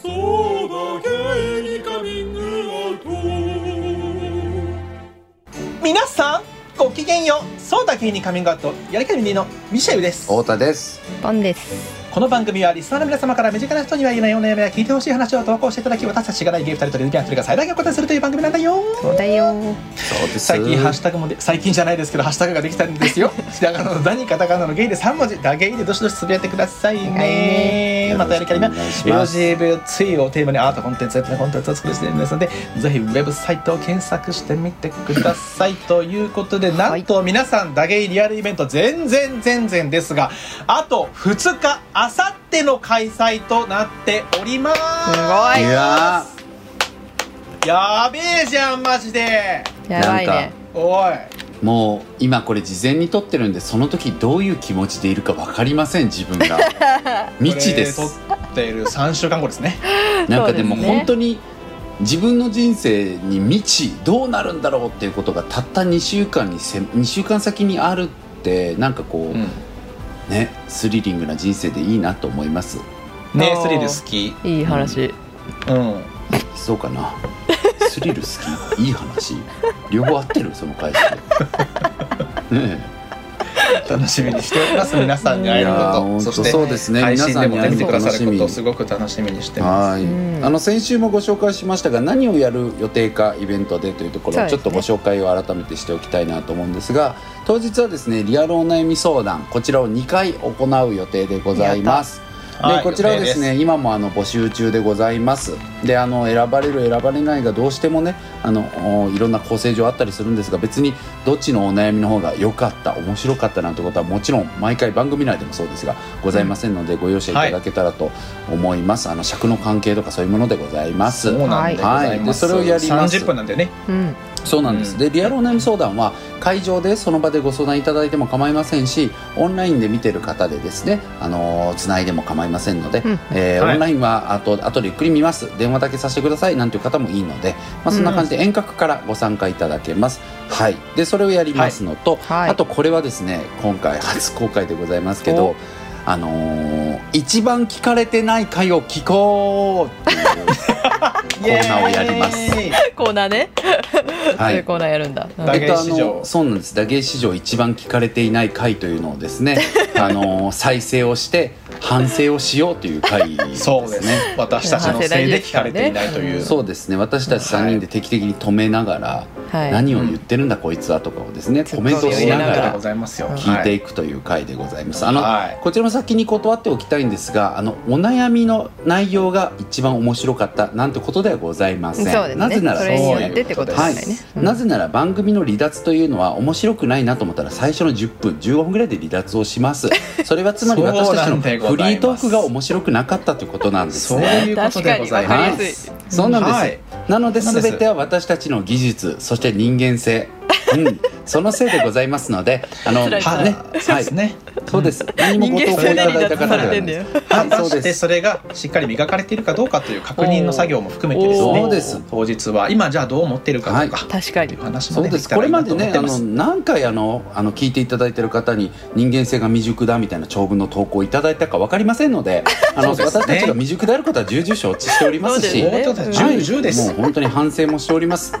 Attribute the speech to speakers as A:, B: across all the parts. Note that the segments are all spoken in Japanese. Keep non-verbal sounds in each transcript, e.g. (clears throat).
A: そうだゲイにカミングアウト
B: 皆さんごきげんようそうだけにカミングアウトやりかみりのミシェルです
C: 太田です
D: ポンです。
B: この番組はリスナーの皆様から身近な人には言えないお悩みや聞いてほしい話を投稿していただき私たちがないゲイ2人とレズビアン1人が最大限お答えするという番組なんだよ
D: そうだよ。
C: そうです
B: 最近ハッシュタグもで最近じゃないですけどハッシュタグができたんです
C: (laughs)
B: よひらがなの「ザ」にカタカナの「ゲイ」で3文字だゲイでどしどしつぶやいてください
D: お願い
B: ねまたやりかり
C: お願
B: ない
C: します
B: LGBT をテーマにアートコンテンツエットなコンテンツを作りしていますのでぜひウェブサイトを検索してみてくださいということでなんと皆さんダゲイリアルイベント全然全然ですがあと2日あさっての開催となっております
C: い
D: す
C: や
B: やべえじゃんマジで
D: ごい。やばいね。
B: おい
C: ーもう今これ事前に撮ってるんでその時どういう気持ちでいるか分かりません自分が未知です
B: これ撮っている3週間後ですね
C: なんかでも
D: そうですね
C: 本当に自分の人生に未知どうなるんだろうっていうことがたった2週間にせ2週間先にあるってなんかこう、ねスリリングな人生でいいなと思います
B: ね
D: あー
B: スリル好き
D: いい話。
B: うん
C: そうかなスリル好きいい話両方合ってるその会社ね
B: 楽しみにしております皆さんに会える
C: いやー
B: こ
C: 本
B: と
C: 当
B: そして
C: そうですね
B: 配信でも
C: 皆さん
B: 見
C: に
B: て
C: 会え
B: く
C: る
B: だ
C: の
B: さることをすごく
C: 楽しみ
B: 楽しみにして
C: え
B: ま
C: はい、
D: うん
C: あの先週もご紹介しましたが何をやる予定かイベントでというところ
D: そう
C: をち
D: です
C: ょ
D: ね
C: っとご紹介を改めてしておきたいなと思うんですが当日はですねリアルお悩み相談こちらを2回行う予定でございます
B: す
C: で、こちらはですね今もあの募集中でございますであの選ばれる選ばれないがどうしてもねあのおいろんな構成上あったりするんですが別にどっちのお悩みの方が良かった面白かったなんてことはもちろん毎回番組内でもそうですがございませんのでご容赦いただけたらと思います、あの尺の関係とかそういうものでございます
B: そうなんでございます、
C: はいでそれをやります
B: 30分なんだよね
D: うん。
C: そうなんです、
B: うん
C: でリアルお悩み相談は会場でその場でご相談いただいても構いませんしオンラインで見てる方でですねあのーつないでも構いませんので、
D: うん
C: えー
B: はい
C: オンラインはあと後でゆっくり見ます電話だけさせてくださいなんていう方もいいので、まあ、そんな感じで遠隔からご参加いただけます、はいでそれをやりますのと、
D: はい。
C: あとこれはですね今回初公開でございますけどあのー一番聞かれてない回を聞こうっていう
D: (laughs)
C: コーナーをやります
B: イエーイ
D: コーナーね。
C: は
D: そう
C: い
D: いうコーナーやるんだ。うん
B: だ
C: えっと、
B: 打
C: あ
B: 芸史上
C: のそうなんです打芸史上一番聞かれていない回というのをです
D: (laughs)
C: ねあの再生をして反省をしようという回ですね
B: そうですね私たちのせいで聞かれていないという
C: そうですね私たち3人で定期的に止めながら、
D: はい。
C: 何を言ってるんだこいつはとかをですね
D: ちょ
C: コメ
D: っと
C: ント
B: そう
C: を
B: です
C: し
B: ね
C: な
B: な
C: が
B: がらご
C: ら
B: ざいますよ
C: 聞いて
B: はい
C: くという回でございます、あの、
B: はい
C: こちらも先に断っておきたいんですがあのお悩みの内容が一番面白かったなんてことではございません
D: そうです
C: なぜな
D: ね。
C: ら
D: それによってってことです
C: はい
D: ね。うん
C: なぜなら番組の離脱というのは面白くないなと思ったら最初の10分15分ぐらいで離脱をし
D: (laughs)
C: ますそれはつまり私
B: そう
C: たち
B: な
C: の
B: ん
C: フリ
B: でございます
C: ートークが面白くなかったということなんです
B: そう
C: ね
B: いうことでござい
D: 確かに
B: ま
D: わかりや
B: す
D: すい
C: そうなんです、
B: はい
C: なので
B: そうなんです
C: 全ては私たちの技術そして人間性、うん、そのせいでございますのであの
D: 辛い辛い
C: ね
B: そうで
C: はい
B: すね
C: そうです何も
D: 人
C: ご投稿
D: 間
C: い
D: 性で
C: ただいた
D: 離脱
C: 方では
D: され
C: な
D: て
C: い
D: んだ
C: で
D: よ
C: す。
B: 果た
C: はいそう
B: し
C: で
B: て
C: す
B: それがしっかり磨かれているかどうかという確認の作業も含めてですね
C: そうです
B: 当日は今じゃあどう思ってるかとか、
D: 確か
B: ってい
D: に
B: う。話
C: そ
B: も出
C: うで
B: てき
C: す
B: た
C: こ
B: らい
C: れ
B: い
C: ま
B: なと思
C: でね
B: って
C: あ
B: ま
C: の
B: す。
C: 何回あのあの聞いていただいてる方に人間性が未熟だみたいな長文の投稿をいただいたか分かりませんのであの
B: そうですね
C: 私たちが未熟であることは重々承知しております
D: そう
C: し。
D: ですね
B: そうです
C: はい
B: 10、10です。
C: もう本当に反省もしております。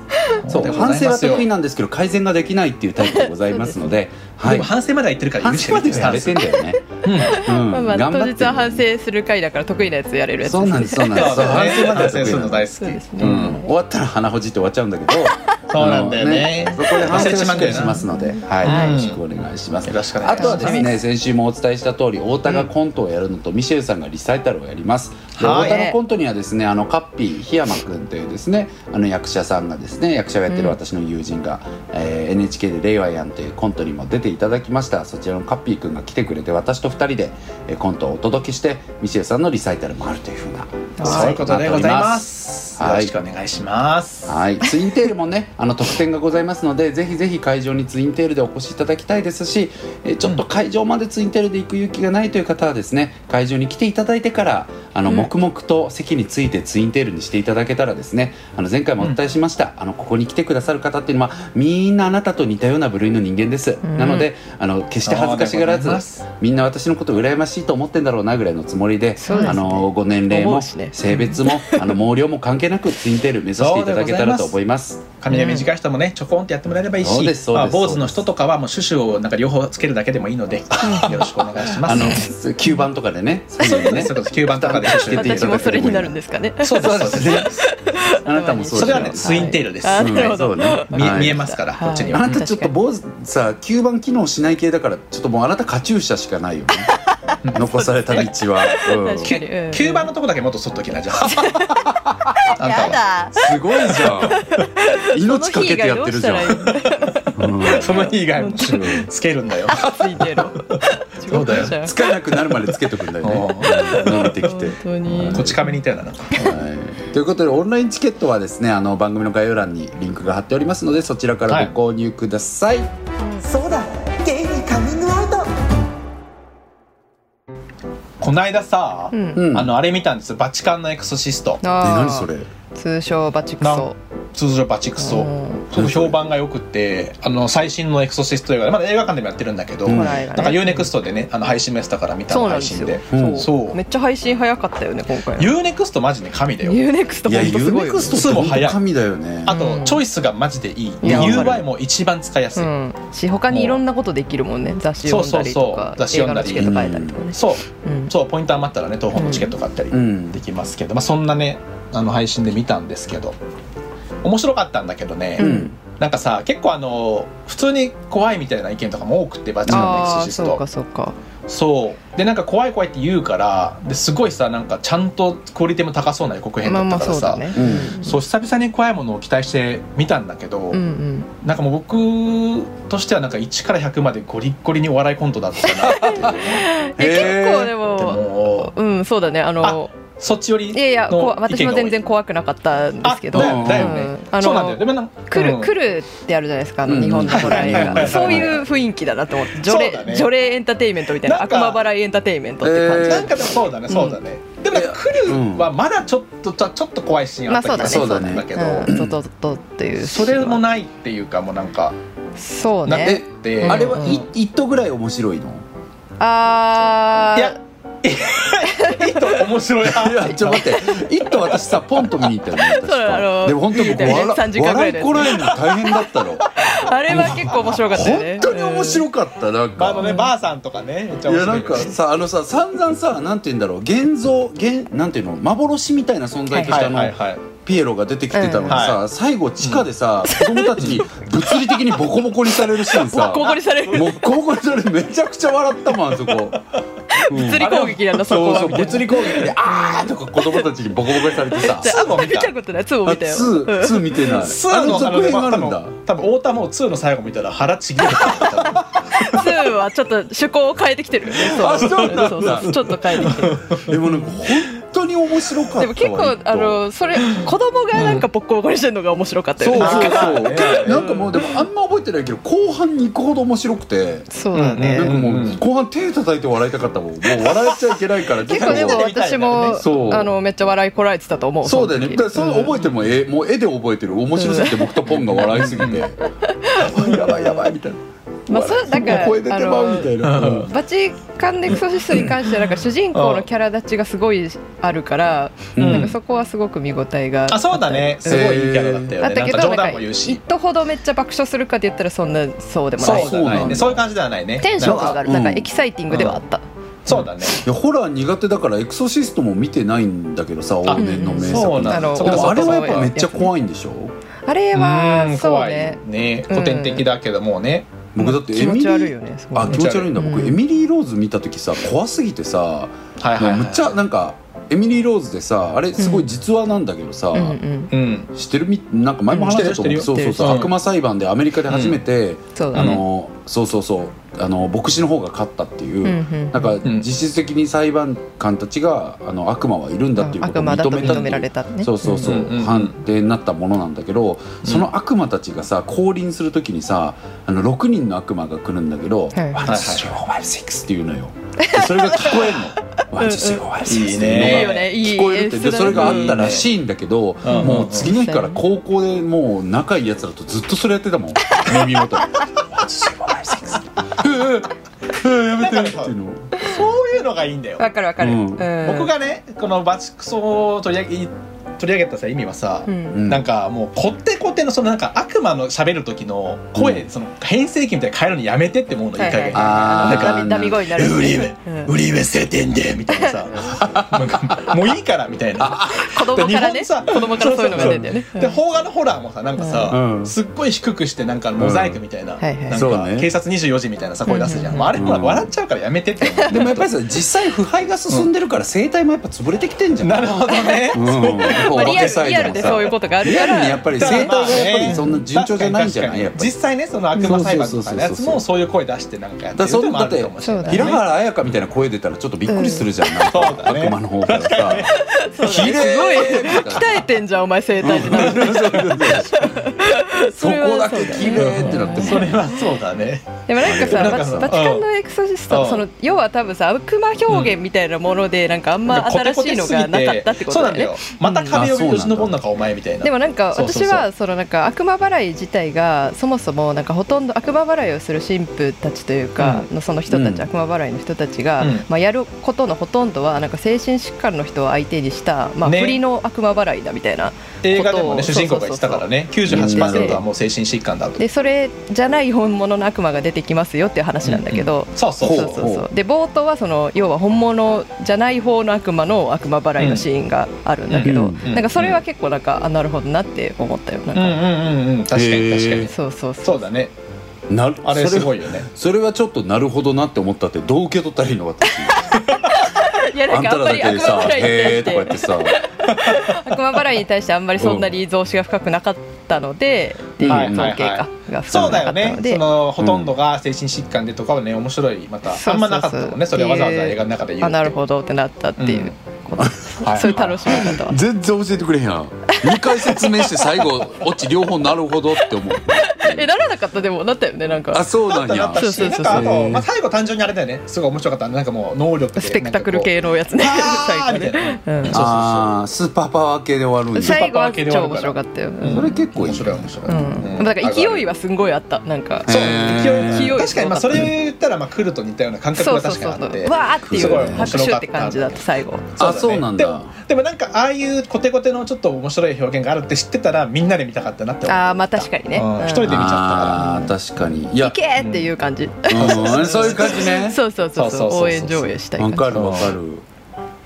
C: そう
B: でござい
C: 反
B: ます
C: 省
B: よ
C: は得意なんですけど改善ができないっていうタイプでございますので、は
B: で
C: い
B: も。反省までは言ってるから
C: 反
B: 許して
C: 省ま
B: る
C: ではやれ
B: スタン
C: てん
B: ス
C: だよね。うん、
D: まあまあ
C: 頑
D: 当
C: 張って
D: 日
C: る
D: は反省する回だから得意なやつやれるやつ。
C: そうなんですそうなんです。
B: そ
C: そう
B: うだ
C: 反
B: ね
C: 省までは
B: 反省
C: 得
B: す
C: 意
B: るの
C: なんで
B: 大好
C: す。
D: そうで
B: き。
D: すね。
C: うん、終わったら鼻ほじって終わっちゃうんだけど。
B: そうなんだよ
C: あの
B: ね。
C: そこで反
B: 忘
C: 省
B: れ
C: をし
B: ちまう
C: っ
B: んだよ
C: かり
B: な
C: しますので、はい、
B: はい
C: よろしくお願いします
B: よ。ろしくお願
C: あ
B: いし
C: とは
B: ます。
C: ですね先週もお伝えした通り太田がコントをやるのと、ミシェルさんがリサイタルをやりますで
B: はい
C: 太田のコントにはですねあのカッピー檜山君というですねあの役者さんがですね役者をやってる私の友人が、えー NHK で「令和やん」というコントにも出ていただきましたそちらのカッピー君が来てくれて私と2人でえーコントをお届けしてミシェルさんのリサイタルもあるというふうな
B: そういうことでございま
C: ス
B: す。よ
C: トにな
B: ろ
C: っております
B: しくお願いします。
C: はい、ツインテールもね、あ (laughs) の特典がございますので、ぜひぜひ会場にツインテールでお越しいただきたいですし、えちょっと会場までツインテールで行く勇気がないという方はですね、会場に来ていただいてから、あの
D: うん
C: 黙々と席についてツインテールにしていただけたらですねあの前回もお伝えしました、あのここに来てくださる方っていうのはみんなあなたと似たような部類の人間です、
D: うん
C: なのであの決して恥ずかしがらずみんな私のこと羨ましいと思ってんだろうなぐらいのつもりで
D: そうですね
C: あのご年齢
D: 思
C: も
D: うしね
C: 性別
D: (laughs)
C: も、あの毛量も関係なくツインテール目指していただけたらと思います。
B: 髪が短い人もねちょこんってやってもらえればいい
C: そうで
B: し
C: すそ
B: ま
C: うです
B: あ坊主の人とかはもうシュシュをなんか両方つけるだけでもいいのでよろしくお願いしま
C: あ
B: す
C: の吸盤とかでね、そう
B: そういうこ
C: いう
B: とで
C: の
B: すそ
C: ね
B: ういうことです吸盤とかでシュシュ
C: 出ていただけれ
D: 私
C: ば
D: もそれになるんですかね。
B: そうそうそうです
C: あなたもそう
B: そ
C: で
B: れは
C: すよ
B: ねツインテールです
D: あ
C: うん
D: なるほど
C: そうね
B: 見
C: はい
B: 見えますからこっちに
C: あ
B: は
C: なたちょっと坊主さ吸盤機能しない系だからちょっともうあなたカチューシャしかないよね
B: (laughs)
C: 残された道は、うん、
D: 確かにうん
B: 吸盤のとこだけもっと剃っときな
C: (laughs)
B: じゃああんた
D: や
B: は
D: だ。
C: すごいじゃん
D: その
C: 命か
D: 日
C: け
D: 以
C: て
D: 外
C: や
D: ど
C: っ
D: う
C: てる
D: し
C: じ
D: た
C: ゃ
D: らいい
C: ん、
D: の？
C: うん
B: その日以外もつけるんだよ
D: つい
C: (laughs)
D: てろ。
B: そうだよ
C: つかなくなるまでつけとくんだ
B: (laughs)
C: よね伸びてきて
D: 本当に。
B: こっち亀にいたようななんか
C: はいということでオンラインチケットはですねあの番組の概要欄にリンクが貼っておりますのでそちらからご購入ください、
E: そうだゲイにカミングアウト
B: こないださ
D: うん。
C: うん
B: あのあれ見たんですよバチカンのエクソシスト
C: え
D: あー
C: 何それ
D: 通称バチクソ。
B: 通常バチクソ
D: うん
B: すごく評判が良くてあの最新のエクソシスト映画でまだ映画館でもやってるんだけど、
C: うん
B: な
D: ほ
B: ん
D: ら映画ね
B: か UNEXT でねあの配信もやってたから見た
D: そう
B: の
D: な
B: 配
D: んです
B: 信
D: よ
B: で。
C: うん
B: そう
D: めっちゃ配信早かったよね今回。
B: UNEXT マジで神だよ
D: ユーネクスト
C: いや
D: 本当すごいよ
B: ト
D: ね。
C: ユーネクストって神だよね
B: あと、
D: うん
B: チョイスがマジでいい
D: いやわか
B: UI
D: る
B: も一番使いやす
D: う
B: い、
D: ん、し他にいろんなことできるもんね雑誌読んだりとか
B: そうそうそう雑誌読んだり
D: 映画のチケット変えたりとかね、
B: そう
D: うん、
B: そうポイント余ったらね東本のチケット買ったり
C: うん
B: できますけど、まあ、そんなねあの配信で見たんですけど面白かったんだけどね、
C: うん
B: なんかさ結構あの普通に怖いみたいな意見とかも多くてバチカンのエク
D: あ
B: ソ
D: あ
B: シス
D: そう
B: ト
D: かそうか
B: そうでなんか怖い怖いって言うからですごいさなんかちゃんとクオリティも高そうな予告編
D: ま
B: だ
D: あ
B: っ
D: ま
B: た
D: あ
B: から
D: そう
B: さ、
D: だね
C: うん
B: そう久々に怖いものを期待して見たんだけど、
D: うんうん
B: なんかもう僕としてはなんか1から100までゴリッゴリにお笑いコントだった
D: (laughs)
B: なって
D: いや
C: へー
D: 結構で
B: 思って
D: も
B: もう
D: うんそうだねあの
B: そっち寄り
D: いやいやこわ私も全然
B: 怖
D: 怖くなかったんですけど、
B: あ
D: う
B: だよ
D: ん、
B: だよね、
D: あ
B: そうなんだよ
D: の
B: でもなんか
D: 来
B: う
D: る
B: ん
D: 来るってあるじゃないですかあ
C: う
D: の
C: ん
D: 日本のホラー映
B: はいはいは
D: 画
B: い
D: そういう雰囲気だなと思って除
B: そうだ
D: 霊
B: ね
D: 除霊エンターテインメントみたいな
B: なん
D: 悪
B: か
D: 魔払いエンターテインメントって感じ
C: えー
B: なんかでもそうだねそうだね、でもなんか来るはまだちょっとちょちょっと怖いシーンあった気がする
C: まあ
B: ん
C: そうだね
B: だけど、
D: うんゾゾゾゾっていう
B: それも
D: な
B: ないっていうかもうなんか
D: そう
B: な
D: ね
B: って
D: うん
C: あれは
D: うん
C: い一頭ぐらい面白いの
D: あー
B: いやいいと面白い
C: いやちょっと待って「イット!」私さポンと見に行ったよね確
D: そうあ
C: か
D: の
C: でも本当僕
D: 見に行ったよね3時間ぐら
C: 笑
D: い
C: い
D: のやつ
C: こらえるの大変だった
D: (laughs)
C: ろ
D: あれは結構面白かったよね
C: 本当に面白かったなん
B: まああのね
C: か
B: ばあさんとかねめっちゃ
C: い
B: 面
C: やな
B: 白
C: ん
B: いけど
C: かさあのさ散々さなんて言うんだろう現像現なんていうの幻みたいな存在とし
B: は
C: て
B: いは
C: あの
B: いはい
C: ピエロが出てきてたのに
B: うん
C: さ最後地下でさ子供たちに物理的にボコボコにされるシーン
D: ボ
C: さ
D: ッコボコにされる
C: もう高校生でめちゃくちゃ笑ったもんあそこ、うん
D: 物理攻撃なんだそこ
C: そう
D: は
C: そう
D: みたいな
C: 物理攻撃であーとか子供たちにボコボコにされてさ
D: じゃああん
B: ツーも
D: ま
B: 見
D: 見
B: た
D: たことないツーも
C: あ
D: 見たよ
C: 2
D: うん
C: 2見てない
B: ツ
C: あ
B: ー
C: の
B: の
C: 続編があるんだ
B: 多分多分太田も2の最後見たら腹ちぎれた
D: ツーはちょっと趣向を変えてきてるよね。そう
C: あそうなんだ
D: そうそうちょっと変えてきてる。
C: でもなんか本当に面白かったわ
D: でも結構
C: 割と
D: あのそれ子供がなんかボッコボコにしてるのが面白かった
C: そ
D: よ
C: う
D: ね。
C: そう
D: なんか
C: そう、
B: ね
C: なんかもうでもあんま覚えてないけど後半に行くほど面白くて、
D: そうだ
B: うん
D: ね。
C: なんかも
B: うん
C: う後半手叩いて笑いたかったもんもう笑っちゃいけないから
D: 結構でも
B: みたい
D: 私
B: だよね
D: も
C: そう
D: あのめっちゃ笑いこらえてたと思う。
C: そうだよね。だからそ
D: の
C: れ
D: 時
C: 覚えてもえ、もう絵で覚えてる。面白すぎて僕とポンが笑いすぎて。やばいやばいみたいな。
D: うんまあそうだから
C: もう声出てまうみたいな。うん
D: バチカンでエクソシストに関してはなんか主人公のキャラ立ちがすごいあるから、
C: ん
D: なんかそこはすごく見応えが
B: あそうだね (laughs) すごいいいキャラだった
D: あ
B: よねなん
D: ったけ
B: か冗
D: どなん
B: 談
D: か
B: も言う
D: 一
B: し
D: 途ほどめっちゃ爆笑するかって言ったらそんなそうでもない
B: そう
D: し
B: だ
C: そうな
B: ね
C: んだ
B: そういう感じではないね
D: テンションが上がる
C: な
D: なんん
C: か
D: かエキサイティングではあった、
B: そうだね
C: いやホラー苦手だからエクソシストも見てないんだけどさ往年の名
B: そう
C: 作
B: なん
D: あの
B: だそ
C: で
B: っか
C: も
B: そ
C: あ
B: っか
C: れ
B: そ
C: は
B: っ
C: や
B: か
C: っぱめっちゃ怖いんでしょ
D: あれ
B: う
D: は
B: ん
D: そう
B: 怖い
D: ね
B: ね古典的だけどもうね
C: 僕だってエミ
D: 気持
C: リ
D: ち悪い
C: ー
D: よねすごい
C: あ
D: ね
C: 気持ち悪いんだ
D: うん
C: 僕エミリー・ローズ見た時さ怖すぎてさ
B: はい
C: も
B: はい
C: うむっちゃなんかエミリー・ローズでさあれすごい実話なんだけどさ
D: うんうん
B: うん
C: 知ってるみなんか前も話したと思う
B: うん
C: そうそう
D: 知って
C: そう
B: る
C: 悪魔裁判でアメリカで初めて
D: そう
C: あ
D: だね
C: のそうそうそうあの牧師の方が勝ったっていううん
D: うん
C: なんか
B: ん
C: 実質的に裁判官たちがあの悪魔はいるんだっていうこと
D: 悪
C: を
D: 魔だと
C: 認めたって
D: 認
C: い
D: め
C: う
D: られたね
C: そうそうそう、
B: うんうんうん
C: 判定になったものなんだけど、その悪魔たちがさ降臨するときにさあの6人の悪魔が来るんだけど「
D: はい
C: ワンツースリーフォーファイブシックスっていうのよでそれが聞こえんのワンチシゴワンチ
B: いい
C: シゴ
B: ね
D: いいよねいい
C: 聞こえるって
D: 演
C: で
D: 出だ
C: そ
D: ね
C: れがあったらしいんだけど、
B: うん
C: もう次の日から高校でもう仲いいやつらとずっとそれやってたもん耳 (laughs) 元で「ううううやめて」っていうのを
B: そういうのがいいんだよ
D: わかるわかる、
C: うん
B: 僕がねこのバチクソを取り上げ取り上げたさ意味はさ、
D: うん
B: なんかもうこってこってのそのなんか悪魔の喋る時の声、
C: う
B: その変声期みたいに変えるのやめてって思うのいい加減、
D: はい
C: あ
D: あ
C: ー
D: のダミ声になる
B: ウリメ
D: うん
B: ウリメせてんでみたいなさなんかもういいからみたいな
D: 子供からね
B: で日本さ
D: 子供からそういうのが出るんだよね
B: そうそうで
D: うん
B: 邦画のホラーもさなんかさ、
C: うん
B: すっごい低くしてなんかモザイクみたいな,、
D: んはいはい
B: なん
C: そう
B: か
C: ね
B: 警察24時みたいなさ声出すじゃん、
D: うん
B: もうあれも笑っちゃうからやめてって思う
C: でもやっぱりさ実際腐敗が進んでるから生態もやっぱ潰れてきてんじゃん
B: なるほどね、
C: うんやっぱお
D: まあリ
C: 化
D: ア
C: け
D: ル
C: サイ
D: リ
C: ド
D: アル
C: も
D: でそういう
C: さ
D: ことがある
C: リ
D: か
C: アルにや
D: ら
C: っぱり生態がやっぱりそんな順調じゃないんじゃないやっぱり
B: 実際ねその悪魔裁判とかのやつ
C: そうそうそうそう
B: もそういう声出してなんかやって
C: だ
B: る
C: そ
B: の
C: ん
B: も
C: だ
B: あ
C: って
B: るかもしれない
D: そうだ
C: 平
D: ね
C: 原綾香みたいな声出たらちょっとびっくりするじゃん、なんか
B: そうだね
C: 悪魔の方からさ
D: そうだねすごい鍛えてんじゃんお前生態ってなる
C: そこだけ綺麗ってなっても
B: それはそうだね
D: でもなんか
B: なんか
D: さバチ
B: さ
D: バチカンのエクソシス
B: う
D: ト
B: ん
D: その要は多分さ悪魔表現みたいなものでなんかあんま新しいのがなかったってことだ
B: そうな
D: よね
B: んだよまた壁をよじ登んのかお前みたいな
D: でもなんか
B: そうそう
D: 私
B: そう
D: はそのなんか悪魔払い自体がそもそもなんかほとんど悪魔払いをする神父たちというかのその人たち、
C: うん
D: 悪魔払いの人たちが、
B: うん
D: まあやることのほとんどはなんか精神疾患の人を相手にしたまあ
B: ね
D: 振りの悪魔払いだみたいな、
B: 映画でもね
D: そ
B: 主
D: うそ
B: 人公
D: うそう
B: が言ってたからね98%はもう精神疾患だと
D: でそれじゃない本物の悪魔が出てきますよっていう話なんだけど、
B: そうそう
D: そうそうそうで冒頭はその要は本物じゃない方の悪魔の悪魔払いのシーンがあるんだけ
C: う
D: ど、
C: ん
B: うん
D: なんかそれは結構なんか、あなるほどなって思ったよなん
B: うんう
D: か、
B: んうんうん確かに
C: へー
B: 確かに
D: そうそうそう
B: そうだね
C: なる
B: あれすご
C: い
B: いよね
C: それはちょっとなるほどなって思ったってどう受け取ったらいいのか
D: いやな
C: あ
D: ん
C: ん
D: かあ
C: たら
D: んま
C: だ
D: り
C: け
D: 悪
C: で
D: 魔
C: さ「
D: 払いに
C: へえ」とか言っ
D: 対
C: て
D: して
C: さ
D: 悪魔払いに対してあんまりそんなに増資が深くなかったのでっていう
B: はいはい
D: 統計
B: は
D: かが
B: い
D: 深
B: そう
D: くな
B: だ
D: か
B: よね
D: ったので
B: そのほとんどが精神疾患でとかはね面白いまたあんまなかったもんねそれはわざわざ映画の中で言う
D: あなる
B: ど
D: ほどってなったっていうこと、
B: はい
D: そういう楽しみ方は
C: 全然教えてくれへんやん2回説明して最後オチ両方なるほどって思う
D: えならなかったでもなったよねなん
C: あ
D: か
C: そう
B: だっ
C: な
B: た
C: ん
B: な
C: や
B: ったし
D: そう
B: なん
D: そうそう
B: かあと
C: へー
B: まあ最後単純にあれだよねすごい面白かったなんかもう能力で
D: スペクタクル
B: なんかこう
D: 系のやつね (laughs) 最
B: あー
D: 後
B: みたい
D: ね
B: な
D: うん
B: そう
C: あースーパーパワー系で終わるんや
D: 最後は超面白かったよ、
B: うん
C: それ結構いい
B: 面白い面白い、
D: うん、だから勢いはすんごいあったなんか
B: そう
C: へー
B: 勢い
D: 勢い
B: 確かにまあそれ言ったらまあ来ると似たような感覚
D: そう
B: は
D: そう
B: 確
D: そう
B: かに
D: そ
B: あっ
D: う
B: て
D: わーってい
B: すごいう面
D: 拍
B: 白
D: 手
B: か
D: っ
B: ってた
D: 感じだった最後
C: あそうなんだ
B: でもでもなんかああいうコテコテのちょっと面白い表現があるって知ってたらみんなで見たかったなって思う
D: ああまあ確かにね、
B: うん
D: うん
B: 一人で見ちゃったから
C: あー確かにいや
D: いけーっていう感じ、
C: うんそういう感じね
D: (laughs) そうそうそう
B: そうそうそう
D: そう
B: そう
D: 応援上映したい
C: わ
D: 感じ
C: かるわかる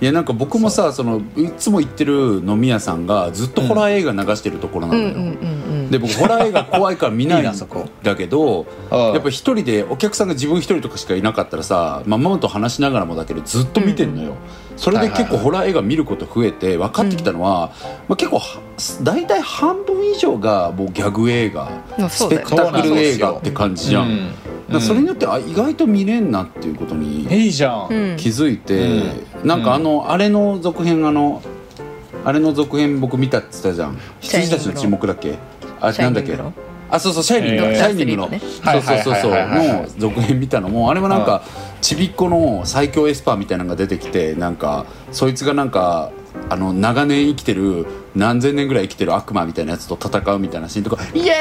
C: いやなんか僕もさそのいつも行ってる飲み屋さんがずっとホラー映画流してるところな
D: う
C: の
D: ん
C: よ、
D: うんうんうん
C: で僕ホラー映画怖いから見ないん
B: いいなそこ
C: だけど
B: うん
C: やっぱ一人でお客さんが自分一人とかしかいなかったらさ、まあ、ママと話しながらもだけどずっと見てんのよ、それで結構ホラー映画見ること増えて分かってきたのは、まあ、結構は大体半分以上がもうギャグ映画、
D: まあそ
C: スペ
D: うだよね
C: クタクル映画って感じじゃん
B: う
C: だ
B: ん
C: からそれによってあ意外と見れんなっていうことに
B: いいじゃん、
D: うん
C: 気づいて、
B: うん
C: なんかあの、あれの続編あのあれの続編僕見たって言ったじゃん
D: シャイニ
C: 羊
D: ングの
C: たちの沈黙だっけあれ
D: シャ
C: な
D: イ
C: んだ
D: ニ
C: っ
D: ン
C: け
D: グの
C: あそうそうシャイニングの、
B: えー
C: シャイニングの、
D: ドク
C: そうそうそうそう
B: はいはいはいはいはい
C: の続編見たのもあれはなんかちびっ子の最強エスパーみたいなのが出てきてなんかそいつがなんかあの長年生きてる何千年ぐらい生きてる悪魔みたいなやつと戦うみたいなシーンとか「イエ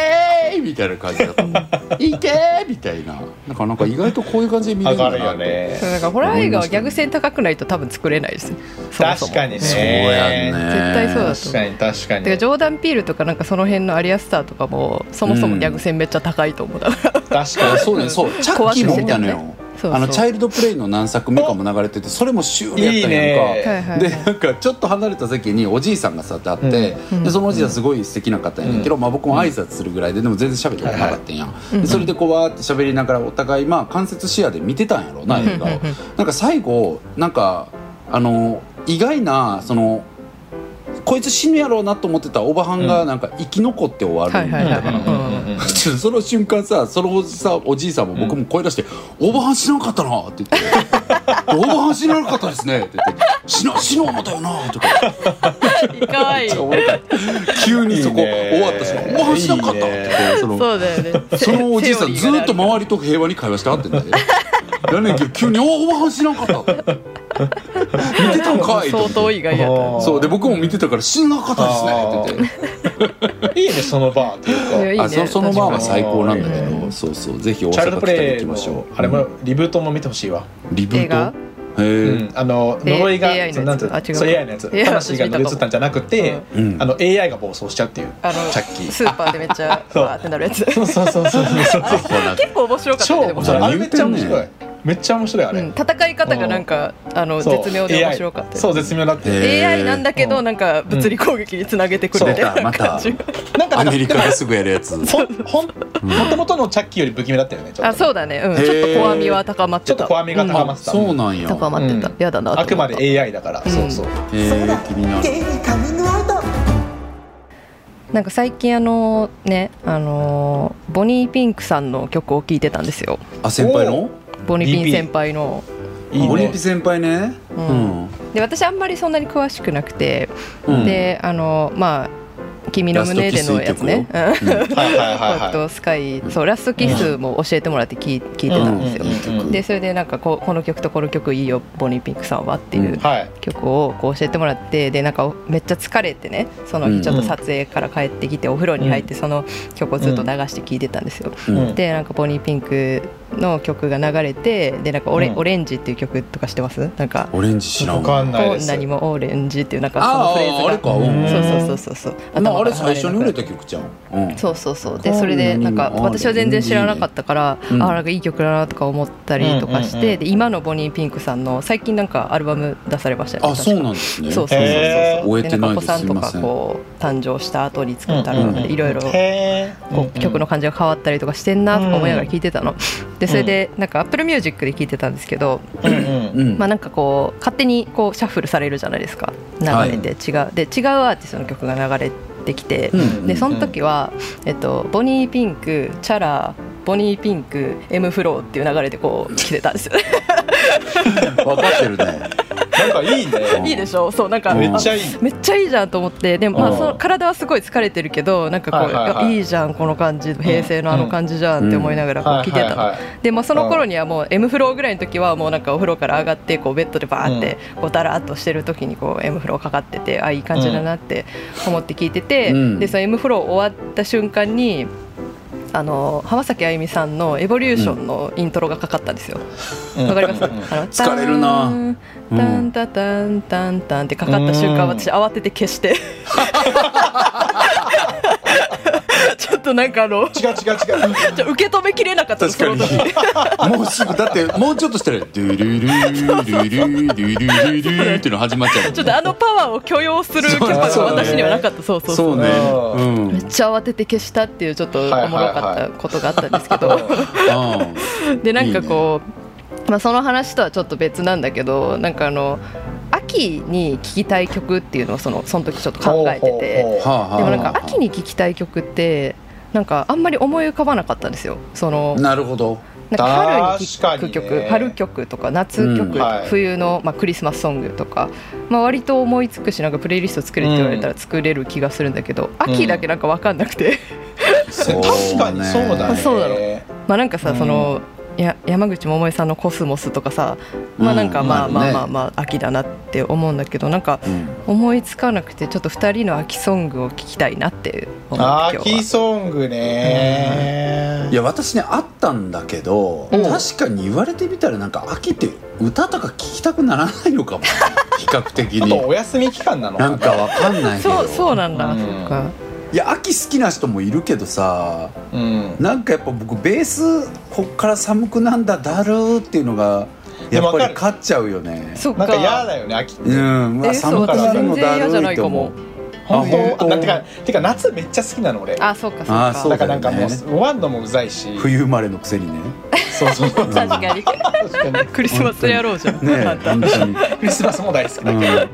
C: ーイ!」みたいな感じだった「いけー!」みたいななんかなんか意外とこういう感じで見れ
B: 上
C: るんだ
B: が
C: な
B: るよ
C: って。
B: ね
D: そうだからホラー映画はギャグ性高くないと多分作れないですねそもそ
B: 確
D: も
B: かにね
C: そうやんね
D: 絶対そうだと
B: 確かに確か
D: てか
B: に
D: ジョーダン・ピールとかなんかその辺のアリアスターとかもそもそもギャグ性めっちゃ高いと思うだから、
B: 確
C: い
B: か
C: や
B: に
C: そうねそうチャッキーも見たのよ、
D: そうそう
C: あのチャイルドプレイの何作目かも流れててそれもシュールやっ
B: い
C: たんやんか
B: いね
D: はいはいはい
C: でなんかちょっと離れた席におじいさんが座ってあって、
D: うん
C: でそのおじいさんすごい素敵な方やねんけど、まあ、僕も挨拶するぐらいででも全然喋ってこなかったんや、でそれでこうわーって喋りながらお互いまあ間接視野で見てたんやろうな映画を、
D: うん
C: なんか最後なんかあの意外なそのこいつ死ぬやろうなと思ってたおばはんがなんか生き残って終わ
D: は
C: る
D: い
C: んだ
D: はいはい
C: から、 (laughs) ちょっとその瞬間さそのおじさんおじいさんも僕も声出して「オーバーハンしなかったな」って言って「オーバーハンしなかったですね」って言って「死な死のう思ったよな」とか
D: うんかわいい
C: 言って急にそこ
B: いいね
C: 終わったし「オーバーハンしなかった」って言ってその
D: そうだよね
C: そのおじいさんずっと
D: 回
C: 周りと平和に会話してあってんだよ。やねんけど急に「おオーバーハンしなかった」っていと思
D: 相
C: って
D: 当意外やっ
C: そうで僕も見てたから死んなかったですねって言って
B: いいねそのバーっていう
D: たいや
B: か
D: いいね
C: あそそのバーは最高なんだけ
D: う
C: どそうそうぜひ大
B: チャイル
C: 阪
B: ド
C: 来
B: プ
C: たら行
B: レイ
C: きましょ
B: の
C: う
B: あれもリブートも見てほしいわ
C: リブ
D: 映
C: ー
D: 画
C: ト
B: う
C: へ
B: んあの
D: で
B: 呪いが
D: AI のやつ
B: そうなんていう
D: あ違う
B: そう AI のやつ
D: AI
B: 魂が乗り移ったんじゃなくて
C: えうん
B: あの AI が暴走しちゃうっていう
D: あの
B: チャッキー
D: スーパーでめっちゃ
B: そう
D: わーってなるやつ
B: そうそうそうそうそうそう
C: ほら
D: 結構面白かったねで
B: 超
D: も
B: それ
C: 白い
B: あれめっちゃ面白いめっちゃ面白いあ
D: う
B: れ
D: ん、戦い方がなんかあの
B: そう
D: 絶妙で面白かった
B: AI そう絶妙だって
C: へえ
D: AI なんだけ
B: う
D: ど
B: ん
D: なんか物理攻撃につなげてくるみたい
C: そう
D: な感じ
C: 出
B: なんか
C: ア
B: な
C: メ
B: ん
C: リ
B: か
C: カがすぐやるやつへ
B: ほんほんもともとのチャッキーより不気味だったよねちょ
D: あ
B: っと
D: そうだね、うん、
C: へー
D: ちょっと怖みは高まって
B: ちょ
D: た
B: っと怖みが高まってた
C: そうなんや
D: うん高まってた、
B: うん
D: やだなと思った
B: あくまで AI だから
D: ん
B: そうそう
C: え
E: そうだ
C: ー、気になる
E: ゲイにカミングアウト
D: なんか最近あのねあのーボニー・ピンクさんの曲を聴いてたんですよ
C: あ先輩の
D: ボニー・
B: BP
D: ピン先輩の
B: いい
C: オリ
B: ね
C: ンピ先輩ねう
D: う
C: んん
D: で私あんまりそんなに詳しくなくて、
C: うん
D: であのまあ「君の胸で」のやつねうん
B: はいはい
D: ホワ
B: は
D: イ
B: いは
D: トスカイ」そう「ラストキス」も教えてもらって聞い聞いてたんですよ、
B: うんうんうんうん
D: でそれでなんかこうこの曲とこの曲いいよボニー・ピンクさんはっていう、
C: うん
B: いはい
D: 曲をこう教えてもらってでなんかめっちゃ疲れてねその
C: うん
D: 日ちょっと撮影から帰ってきてお風呂に入ってその曲をずっと流して聴いてたんですよ。
C: うん
B: うん
D: でなんかボニーピンクの曲が流れてでなんかオレ,、
B: うん
D: オレンジっていう曲とかしてますなんか
C: オレンジ知ら
B: わ
C: ん
B: かんない
D: こ
B: で
D: う
B: す
D: 何もオレンジっていうなんかその
C: あ
D: フレ
C: ああれ
D: ーズ
C: か
D: が
C: う
B: うん
C: ん
D: そうそうそうそうそう
C: まああれ
D: 頭から
C: 最
D: 離
C: 初
D: なく
C: に売
D: な
C: れ
D: る
C: た曲じゃんうん
D: そうそうそう
C: あ
D: で
C: ー
D: それでなんか
C: 何も
D: 私は全然知らなかったからあ
C: うん
D: ーなんかいい曲だなとか思ったりとかし
B: うんうんう
D: てで今のボニーピンクさんの最近なんかアルバム出されましたよね
C: あそう
D: 確か
C: なんですね
D: そうそうそうそう
B: へー
C: 終えてない
D: んか
C: で
D: お子
C: す
D: さんと
C: すいま
D: か
C: せん
D: こう誕生した後に作ったアルバム
C: うんうん
D: でいろいろ
B: へー
D: こう曲の感じが変わったりとかしてんなとか思いながら聴いてたの、でそれでなんか Apple Music で聴いてたんですけど、
B: うんうん
C: うん
D: まあ、なんかこう勝手にこうシャッフルされるじゃないですか流れて違う、で違うアーティストの曲が流れてきて、
C: うん
D: でその時は、えっと、ボニーピンクチャラボニーピンク M フローっていう流れでこう来てたんですよ
C: 分かってるね
B: なんかいいね
D: いいでしょそうなんか
B: めっちゃいい
D: めっちゃいいじゃんと思ってでもま
B: う
D: あ
B: ん
D: その体はすごい疲れてるけどなんかこう、
B: はいはいはい
D: いいじゃんこの感じ平成のあの感じじゃんって思いながらこう聞いてたの、
B: はいはいはい
D: でもその頃にはもう M フローぐらいの時はもうなんかお風呂から上がってこうベッドでバーってこうダラーっとしてる時にこう M フローかかっててあいい感じだなって思って聞いてて、
C: うん
D: でその M フロー終わった瞬間にあの浜崎あゆみさんの「エボリューション」のイントロがかかったんですよ。
B: うん
D: わかります。あ
B: うん
D: の
C: 疲れるな
D: タンタンタタンタンタンってかかった瞬間、
B: うん
D: 私慌てて
C: (laughs)
D: 消して。ちょっとなんかあ
B: 違
D: の、
B: う違う違う
D: ちょ受け止めきれなかったの
C: 確
D: そ
C: か
D: の時。
C: にもうすぐだってもうちょっとしたら「ドゥルルードゥルルードゥルルルー」っていうの始まっちゃう
D: ちょっとあのパワーを許容するキャパが私にはなかった。そうそうそう。
C: そうねうん
D: めっちゃ慌てて消したっていうちょっとおもろかったことがあったんです
B: (laughs)
D: けど。
C: あ
D: でなんかこうまあ、その話とはちょっと別なんだけどなんかあの秋に聴きたい曲っていうのをそのその時ちょっと考えてて
B: ほうほう
C: ーは
B: ほう
C: あはあ
D: でもなんか秋に聴きたい曲ってなんかあんまり思い浮かばなかったんですよその
C: なるほど
D: なんか春に聴く
B: 確かに
D: 曲
B: ね
D: 春曲とか夏曲、
C: うん
B: はい
D: 冬の、まあ、クリスマスソングとか、まあ、割と思いつくしなんかプレイリスト作れって言われたら作れる気がするんだけど、秋だけなんか分かんなくて (laughs)
C: そう
B: 確かにそうだね
D: そうだろまあなんかさ、
B: うん
D: そのや山口百恵さんの「コスモス」とかさまあなんか
C: うん
D: まあ
C: まあ
D: まあ
C: ね
D: まあまあ秋だなって思うんだけどなんか
C: うん
D: 思いつかなくてちょっと2人の秋ソングを聞きたいなって思って
B: あ
D: 今
B: ー
D: 日
B: キー
D: は。
B: ソングね
C: いや私ねあったんだけど
D: うん
C: 確かに言われてみたらなんか秋って歌とか聞きたくならないのかも比較的
B: あと
C: に
B: お休み期間なのか
C: な
B: な
C: んかわかんないけど
D: そうそうなんだ、
B: うん
D: そっか
C: いや秋好きな人もいるけどさ
B: うん
C: なんかやっぱ僕ベースこっから寒くなんだだるーっていうのがやっぱり勝っちゃうよね
D: そっ
B: な
D: か
B: んか嫌だよね秋って
C: うんう
D: え
C: わ
D: そう
C: 寒くなるの
D: 私全然
C: だ
D: 嫌じゃ
C: る
D: ないい
C: と
D: か
C: 思
D: も
C: う
B: 本
C: あ本
B: 当
C: 当
B: あなんてかてか夏めっちゃ好きなの俺だ
D: あそっかそっ
C: あーそう
D: か
B: からなんかもう
C: そう
B: ワンドもうざいし
C: 冬生まれのくせにね
B: そうそうそう
D: 確か
B: (laughs) 確
D: に
B: かに
D: クリスマスやろうじゃん、 (laughs)
C: ねえ
D: また
C: 本当に
B: クリスマスも大好きだ
C: う
B: け
C: ん
B: ど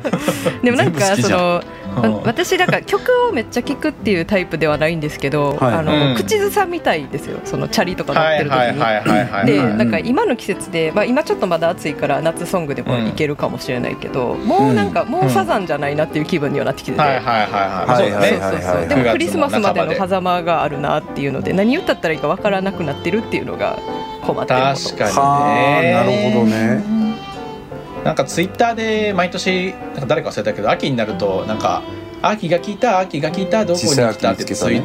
D: でもなんか
C: 全部好き
D: そ
C: じゃん
D: のわ
B: うん
D: 私だから曲をめっちゃ聴くっていうタイプではないんですけ
C: は
D: ど、
C: い
D: あ
B: う
D: の
B: ん
D: 口ずさみたいですよそのチャリとか乗っ
B: は
D: て
B: い
D: る時
B: はい
D: に。
B: はいはいはい
D: で
B: はい
D: なんか今の季節で、まあ、今ちょっとまだ暑いから夏ソングでもいけるかもしれないけど、もうなんかもうサザンじゃないなっていう気分にはなってきてて、
B: はいはいはいはい
D: そうそうそう
C: はいはいはいはい
D: でもクリスマスまでの
B: は
D: 狭間があるなっていうので何歌ったらいいかわからなくなってるっていうのが困ってること
B: 確かに
C: はあ
B: ね
C: なるほどね
B: なんかツイッターで毎年なんか誰か忘れたけど秋になるとなんか秋が来た秋が来たどこに来たって
C: 小さ
B: ツ
C: い
B: イ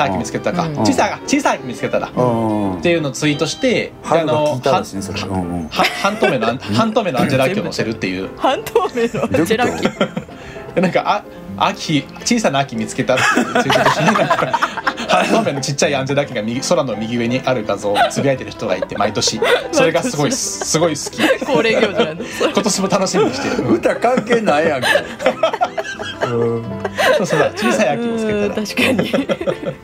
C: 秋見つけたね
B: そ
C: あ
B: う
C: ー
B: そうそうあ小さい秋見つけたか、
C: そっちじゃないの
D: うん
B: 小さいが小さい秋見つけただ、
C: う
B: っ
C: んうん
B: ていうのをツイートして
C: 春
B: であ
C: が
B: の
C: 聞いた
B: は
C: ですねそれうんうん
B: は半透明のアン半透明のアンジェラーキを載せるっていう
D: 半透明のジェラーキー
B: でなんかあ秋小さな秋見つけたっていうツイートしてなんか半透明のちっちゃいアンジェラーキが右空の右上にある画像をつぶやいてる人がいて毎 (laughs) 年それがすごいすすごい好き
D: 恒例行事なんです
B: 今年も楽しみにしてる、うん
C: 歌関係ないやんか
B: そ
C: うん
B: うそう (laughs) だ小さい秋見つけたら
D: うん確かに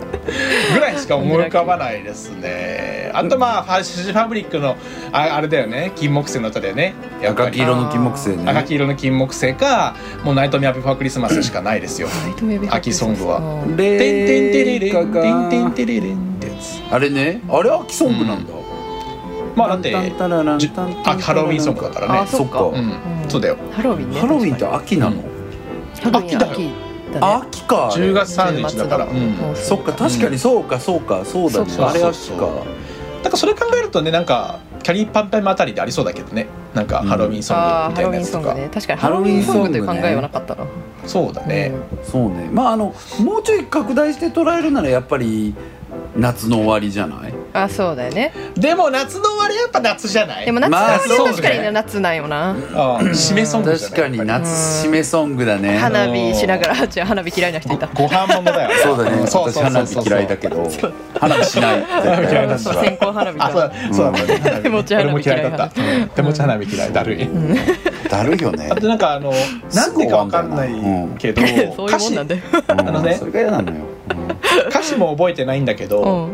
B: ぐらいしか思い浮かばないですね。あとまあファシジファブリックのああれだよね金木犀の歌だよねやっぱ
C: 赤黄
B: り。
C: 色の金木犀ね
B: 赤黄色の金木犀かもうナイトメアビファークリスマスしかないですよ。秋ソングは。てんてんてれれんてんてんてれれんってやつ。
C: あれねあれ秋ソングなんだ、
B: まあだって
C: タンタララン
B: じゅ
C: タンタララ
B: あ
C: ン
B: ハロウィンソングだから
D: あ
B: ね。
D: そっか
B: う
C: うん
B: んそうだよ。
D: ハロウィンね
C: ハロウィンって秋なの、
D: 確かに
B: 秋だよ
D: だね
C: あ秋かあれ
B: 10月31日だから。
D: 10
B: う
D: 月
B: ん。
D: もう
C: そっか確かにそうかそうかそうだね
D: そうそう
C: あれ秋
B: そ
C: か
B: うだからそれ考えるとねなんかキャリーパンパンあたりでありそうだけどねなんかハロウィンソング
D: あ
B: み
D: ー
B: たい
D: ハロウ
B: な
D: ィ
B: や
D: ン
B: つと
D: ソング
B: か
D: ね確かにハ
C: ハ
D: ロ
C: ロ
D: ウ
C: ウ
D: ィ
C: ィ
D: ン
C: ン
D: ソ
C: ソ
D: ング
C: ング
D: と
C: ね
D: いう考えはなかったな
B: そうだね。
C: そうねまああのもうちょい拡大して捉えるならやっぱり夏の終わりじゃない
D: あそうだよね
B: でも夏の終わりはやっぱ夏じゃない
D: でも夏の
C: まあ
D: 終わりは
B: そう
D: 確かに
B: ね
D: ね夏なんよな
B: ああ締めソングじゃ
C: 確
B: ない
C: かに
B: やっ
C: 夏締めソングだね
D: 花火しながらあ違う花火嫌いな人い
B: ぱ
D: た
B: りご飯ものだよ
C: (laughs) そうだね
B: んそうそう
C: 私
B: そう
C: 花
B: そう
C: 火嫌いだけど花火しない絶対
B: 嫌いだ
D: そう
C: (laughs)
D: 線香花火
B: あそう
D: か
B: だそうだね
D: 手持ち
B: 俺
D: 花
B: も
D: 火
B: 嫌
D: 嫌い
B: いだった手持ち花火嫌いだるい
C: だるいよ
D: (laughs)
C: ね
B: あとなんかあのなんでかわかんないけど
D: (laughs) そういう
B: 歌
D: もん
B: 詞
D: なんだよ
B: あのね
C: うんそれが嫌なのよ
B: 歌詞も覚えてないんだけ
D: う
B: ど
D: ん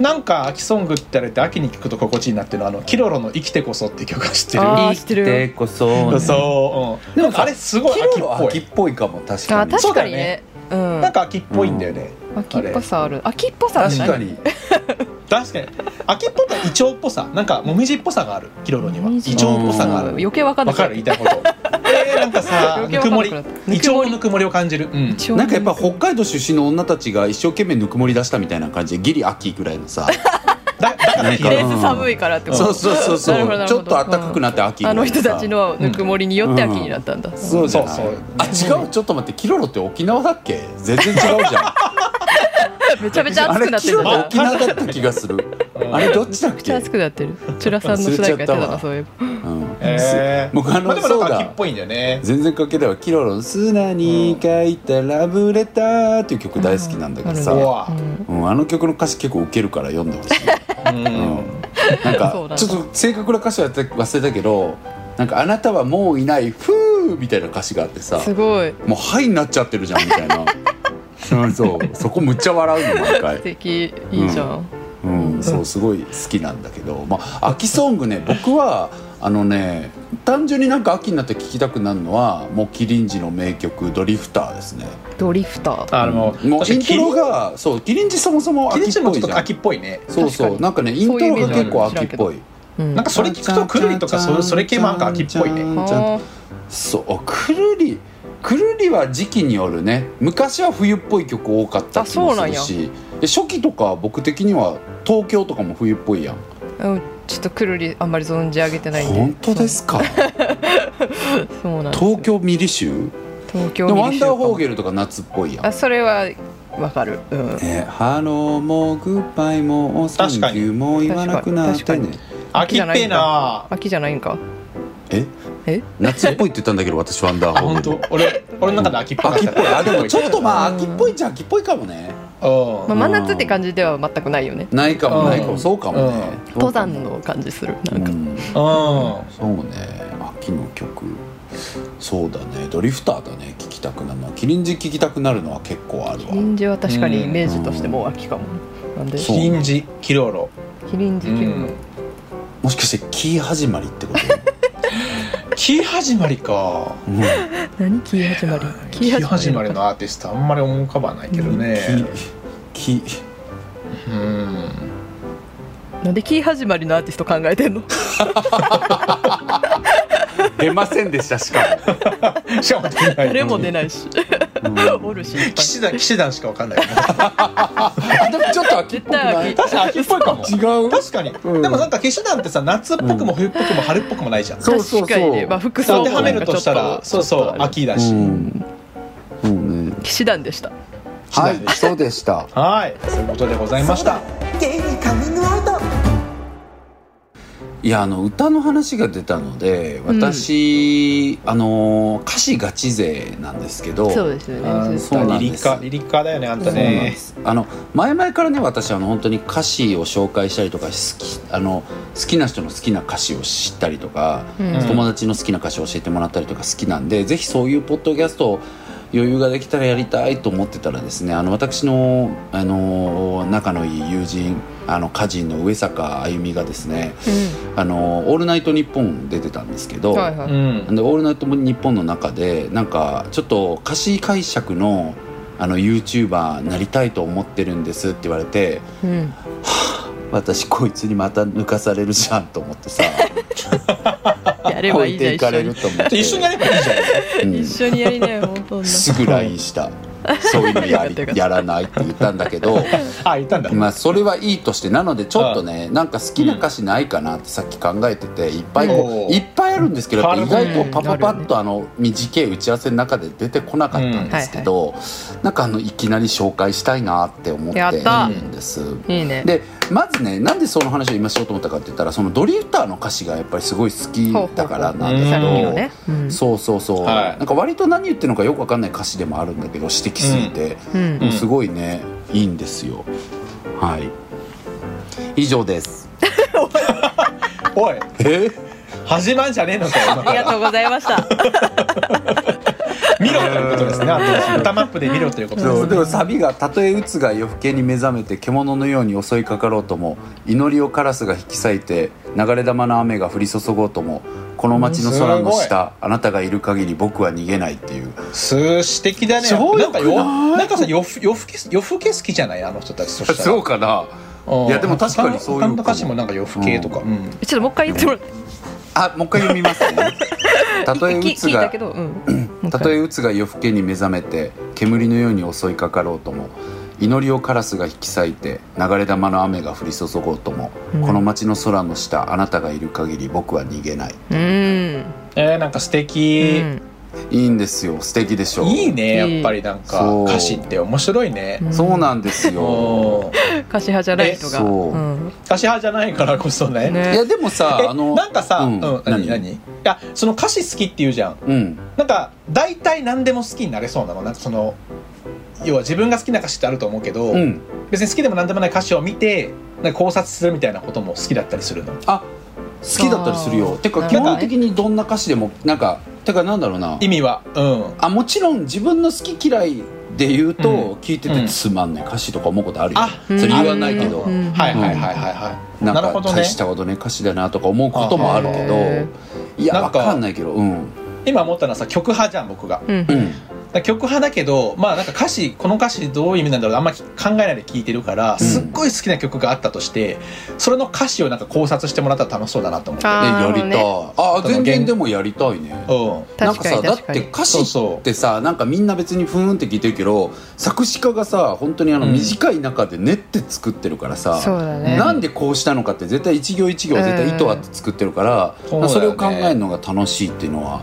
B: なんか秋ソングって言われて秋に聴くと心地いいなっていうのはあのキロロの生きてこそっていう曲は知ってる
D: あー知
C: 生
D: っ
C: き
D: てる
C: てこそね
B: そううんで
C: でも
B: もあれすごい
C: キ
B: 秋っ
C: ロロ
B: ぽ
C: 秋っ
B: い
C: ぽいかも確か
D: あ
C: に
D: 確かにねうん
B: なんか秋っぽいんだよね
D: 秋っぽさある秋っぽさって
C: 確
D: 何
C: かに
B: 確かに秋っぽさイチョウっぽさなんかもみじっぽさがあるキロロにはイ
D: 紅
B: チ
D: 葉
B: ョウっぽさがある
D: 余計わかんな
B: わ
D: くな
B: か
D: っ
B: る言
D: た
B: いたいこ
C: (laughs)
B: と。えー、なんかさ、ぬ
D: 余
B: く
D: 計
B: も
D: わ
B: り
D: かんなくなった、
B: イチョウのぬくもりを感じる。うん。
D: 一応
C: なんかやっぱ北海道出身の女たちが一生懸命ぬくもり出したみたいな感じでギリ秋ぐらいの
D: (laughs)
C: さ
B: だ、だから
C: なん
B: 黄
C: か
B: 色い
D: レ。ース寒いからってこと
C: そうそうそうそ
D: なるほどな
C: う
D: る
C: ち
D: ほ
C: ょ
D: ど
C: っと暖かくなって秋ぐら
D: あ
C: いの
D: の
C: さ
D: 人たちのぬくもりによって秋になったんだ
C: そうじゃない
B: そうそう
C: あ違うちょっと待ってキロロって沖縄だっけ全然違うじゃん
D: めちゃめちゃ
C: あ
D: (laughs) 暑く
C: れ
D: なって
C: キ
D: る
C: ロ
D: な
C: ロ
D: め
C: 沖縄だった気がするあれどっちだっ
D: っち
C: け
D: ゃ暑くなってるチュラさんの主題歌やってた
C: 忘れちゃった
D: な
C: わ
D: そういえば
C: うん
B: えー、
C: 僕あ
B: まあ、
C: の
B: でもなん
C: そう
B: か秋っ
C: だ
B: ぽいんだよね。
C: 全然関係ないわキロロの「砂に書いたラブレター」っていう曲大好きなんだけど
B: う
C: さ
B: わ、
C: うんあの曲の歌詞結構ウケるから読んでほしい
B: うん。
C: なん
D: そうなん
C: か
D: だ
C: ちょっと正確な歌詞は忘れたけどなんか「あなたはもういないふう」みたいな歌詞があってさ
D: すごい
C: もう「はい」になっちゃってるじゃんみたいな (laughs) うんそうそこむっちゃ笑うの毎
D: 素
C: 回、
D: 敵いいじゃん
C: うん、そうすごい好きなんだけど、まあ、秋ソングね僕はあのね単純になんか秋になって聴きたくなるのはもうキリンジの名曲「ドリフター」ですね
D: ドリフター
B: あの、
C: もうイン
B: キ
C: ト
B: リ
C: ロ
B: ン
C: がそうキリンジそもそも
B: キリ
C: 秋
B: ン
C: っ
B: ちゃん
C: ぽ
B: も
C: い
B: ちょっ
C: じ
B: と
C: ゃん
B: 秋っぽいね。
C: そうそ
D: 確か
C: う
D: に
C: なんかねイントロが結構秋っぽい
D: うん
B: なんかそれ聞くとくるりとか、そう、それ系もなんか秋っぽいね。
D: あー
C: そうくるりくるりは時期によるね昔は冬っぽい曲多かった気も
D: あそうな
C: す
D: ん
C: る
D: や
C: しで初期とか僕的には東京とかも冬っぽいやん
D: うんちょっとくるりあんまり存じ上げてないんで
C: 本当ですか
D: そうそうなんです
C: 東京ミリ州
D: 東
C: で
D: 京
C: ワンダーホー
D: ゲ
C: ゲルとか夏っぽいやん
D: あそれはわかるうん
C: ねハローもグッバイもサ
B: 確か
C: ンキ
B: に
C: ューも言わなくなっ
D: 確か
C: て
D: に
C: ね
B: 秋っぺえな。
D: 秋じゃないんか
C: え
D: え
C: 夏っぽいって言ったんだけど私ワンダー
B: あ、
C: ホ
B: 本
C: ーゲ
B: 当
C: ル。
B: 俺、 (laughs) 俺の中で秋っぽか
C: 秋っぽいあで
B: (laughs)
C: もちょっとまあ
D: うん
C: 秋っぽいっちゃ秋っぽいかもね
B: と
D: まあ
B: うん。
D: 真夏って感じでは全くないよね
C: ないかもないか
B: う
C: も
B: ん
C: そうかもね
B: う
D: 登山の感じするなんか
C: うん
B: うん。
C: そうね秋の曲そうだねドリフターだね聴きたくなるのはキリンジ聴きたくなるのは結構あるわ
D: キリンジは確かにイメージとしてもう秋かもなんで
C: そ
B: キリンジ、キロロ。
D: キリンジ
B: う
D: キリ
B: ん
D: ン。
C: もしかして「キー始まり」ってこと、 (laughs)
B: キ始まりか。
C: うん、キ
D: 何キー始まり
B: キ始まり
D: の
B: のアーティスト、あんまり思い浮かばないけどね。
C: キ
B: うん
D: なんでキー始まりのアーティスト考えてんの
C: 出ませんでしたしかも
B: しかも出ない
D: 誰も出ないしおるしいっぱ
B: 騎
D: い
B: 士団騎士団しかわかんない
C: あでもちょっと秋っぽくない
D: 絶対
B: 確かに秋っぽいかも
C: 違
B: (laughs)
C: う
B: 確かに、
C: うん
B: でもなんか騎士団ってさ夏っぽくも冬っぽくも春っぽくもないじゃん、
C: そうそうそう
D: 確かにね、まあ、服装
B: 当ては
D: もな
B: める
D: んかちょっ
B: としたらそうそう
D: 秋
B: 秋だ
C: う
B: し、
C: んうんね
D: 騎士団でした
C: はいそうでした
B: はいそういうことでございました
E: ゲイにカミングアウト
C: いやあの歌の話が出たので私、あの歌詞ガチ勢なんですけど
D: そうですよね絶
C: そう
D: 対
C: なん
B: リリ
C: です
B: カリリカだよねあんた
C: そうなんで
B: ね
C: すあの前々からね私あの本当に歌詞を紹介したりとか好きあの好きな人の好きな歌詞を知ったりとか、
D: うん
C: 友達の好きな歌詞を教えてもらったりとか好きなんでぜひそういうポッドキャストを余裕ができたらやりたいと思ってたらですねあの私のあの仲のいい友人あの歌人の上坂あゆみがですね「あのオールナイトニッポン」出てたんですけど。
D: はいは
B: う
D: い、
B: ん
C: で「オールナイトニッポン」の中でなんかちょっと歌詞解釈のあの YouTuber になりたいと思ってるんですって言われて
D: うん、
C: 私こいつにまた抜かされるじゃんと思って
D: (laughs)
C: さ
D: やれば
C: 置
D: い
C: い
D: いじゃ
C: て
D: ん
C: い
D: 一
C: か
D: 緒
C: れる
D: に
C: と思って
B: 一緒にやればいいじゃん
C: うん
D: 一緒にやりなよもうそんな
C: すぐ LINE したそういうのやり
D: よかったよかった
C: やらないって言ったんだけど
B: あ言ったんだ、
C: まあそれはいいとしてなのでちょっとねなんか好きな歌詞ないかなってさっき考えてていっぱいこ
B: お
C: う
B: ー
C: いっぱいあるんですけどやっぱ意外とパパパ
D: うん
C: ッとあの短い打ち合わせの中で出てこなかったんですけどなんかあのいきなり紹介したいなって思って
D: やった
C: るんです。
D: いいね
C: でまずねなんでその話を今しようと思ったかって言ったらそのドリフターの歌詞がやっぱりすごい好きだからなんですけ
D: さっ
C: ど。
D: きのね、うん
C: そうそうそう、
B: はい
C: なんか割と何言ってるのかよくわかんない歌詞でもあるんだけど指摘すぎて、
D: うん
B: うん
C: すごいねいいんですよはい以上です
B: おい
C: え
B: 始まんじゃねえのかよ今
D: ありがとうございました。
B: 見ろということですねあと歌マップで見ろということです
C: (laughs) そうでもサビが「たとえ鬱が夜更けに目覚めて獣のように襲いかかろうとも祈りをカラスが引き裂いて流れ玉の雨が降り注ごうともこの街の空の下あなたがいる限り僕は逃げない」っていう
B: 数詞的だね。
C: すごい
B: なんかよ、
C: よくない
B: なんかさ、よふ、よふけ、よふけ好きじゃない、あの人たち。そしたら
C: そうかなんいやでも確かにそういう
B: 他の歌詞もなんかよふけとか。うん
D: ちょっともう一回言ってもらって。
C: あもう一回読みます (laughs) ね「たとえ
D: 聞
C: 鬱
D: 聞い
C: が
D: たけど、うん。
C: たとえ鬱が夜更けに目覚めて煙のように襲いかかろうとも祈りをカラスが引き裂いて流れ玉の雨が降り注ごうとも、
D: うん
C: この街の空の下あなたがいる限り僕は逃げない
D: え。
B: えー、なんか素
D: う
B: 敵。
D: ん。
C: いいんですよ素敵でしょう
B: いいね、やっぱりなんか
C: そう、
B: 歌詞って面白いね。
C: そうなんですよ
B: (laughs) うん
D: 歌詞派じゃない人が。。
C: えそうん
B: 歌詞派じゃないからこそね。
C: い
D: ね
C: や。でもさ
B: え
C: あの
B: なんかさ、う
C: う
B: んん、何、何。いや、その歌詞好きって言うじゃん。
C: うん
B: なんか、大体何でも好きになれそうなの、なんかその。要は自分が好きな歌詞ってあると思うけど、
C: うん
B: 別に好きでも何でもない歌詞を見てなんか考察するみたいなことも好きだったりするの
C: あ好きだったりするよてか
D: な
C: 基
D: るほど
C: 本
D: ね
C: 的にどんな歌詞でもなんかてかなんだろうな
B: 意味はうん
C: あもちろん自分の好き嫌いで言うと、
B: うん
C: 聞いててつまんない歌詞とか思うことあるよ、
B: あ
C: それ言わないけど、
D: うんうん
B: はいはいはいはいはい。
C: なん
B: る
C: か
B: ほど
C: 大
B: ね。
C: したことね歌詞だなとか思うこともあるけ
D: あへ
C: どいや
B: な
C: わ
B: んか
C: かんないけどうん
B: 今思ったのはさ曲派じゃん僕が。
D: うん
C: う。
D: うん
C: ん
B: だから曲派だけどまあなんか歌詞この歌詞どういう意味なんだろうあんまり考えないで聴いてるからすっごい好きな曲があったとしてそれの歌詞をなんか考察してもらったら楽しそうだなと思って。
C: え
D: あー
C: やりたい、あ
B: その
C: 全然
B: 原
C: でもやりたいね
B: うん。
C: なん
D: 確
C: か
D: か
C: さ
D: に
C: だ
D: 確
C: っ
D: か
C: て
D: に。
C: 歌詞
B: そうそう
C: ってさなんかみんな別にふーんって聞いてるけど作詞家がさ本当にあの
B: うん
C: 短い中で練って作ってるからさ、
D: そうだね。
C: なんでこうしたのかって絶対一行一行絶対意図あって作ってるから、
B: うん
C: まあそれを
B: そうだ
C: 考
B: よね
C: えるのが楽しいっていうのは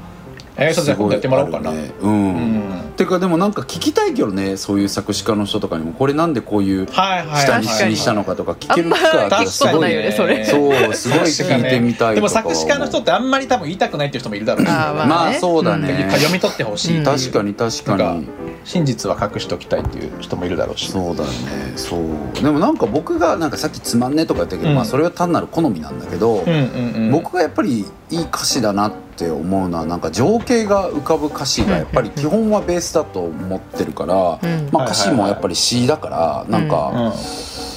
B: えー、そうじゃあ今度やってもらおうかな。
C: すごいあるねうん、
B: うん。
C: てかでもなんか聞きたいけどねそういう作詞家の人とかにもこれなんでこういう
B: はいはい。
C: 下に
D: 確か
C: にしたのかとか聞ける機会あったらす
D: あん
C: ご
D: ま
C: い
D: り
C: ね
D: 聞かないよねそ
C: そうすごい聞いてみたい
B: でも
C: とかは
B: 作詞家の人ってあんまり多分言いたくないっていう人もいるだろうし。
D: あーまあね
C: まあそうだね
B: 読み取ってほしいっていう
C: 確かに確か
B: な
C: に
B: んか真実は隠しときたいっていう人もいるだろうし。
C: そうだねそうでもなんか僕がなんかさっきつまんねえとか言ったけど、
B: うん
C: まあそれは単なる好みなんだけど、
B: うんうんうん。
C: 僕がやっぱりいい歌詞だなって思うのはなんか情景が浮かぶ歌詞がやっぱり基本はベースだと思ってるから、
D: うん
C: まあ、歌詞もやっぱり詩だからなんか、
B: うん。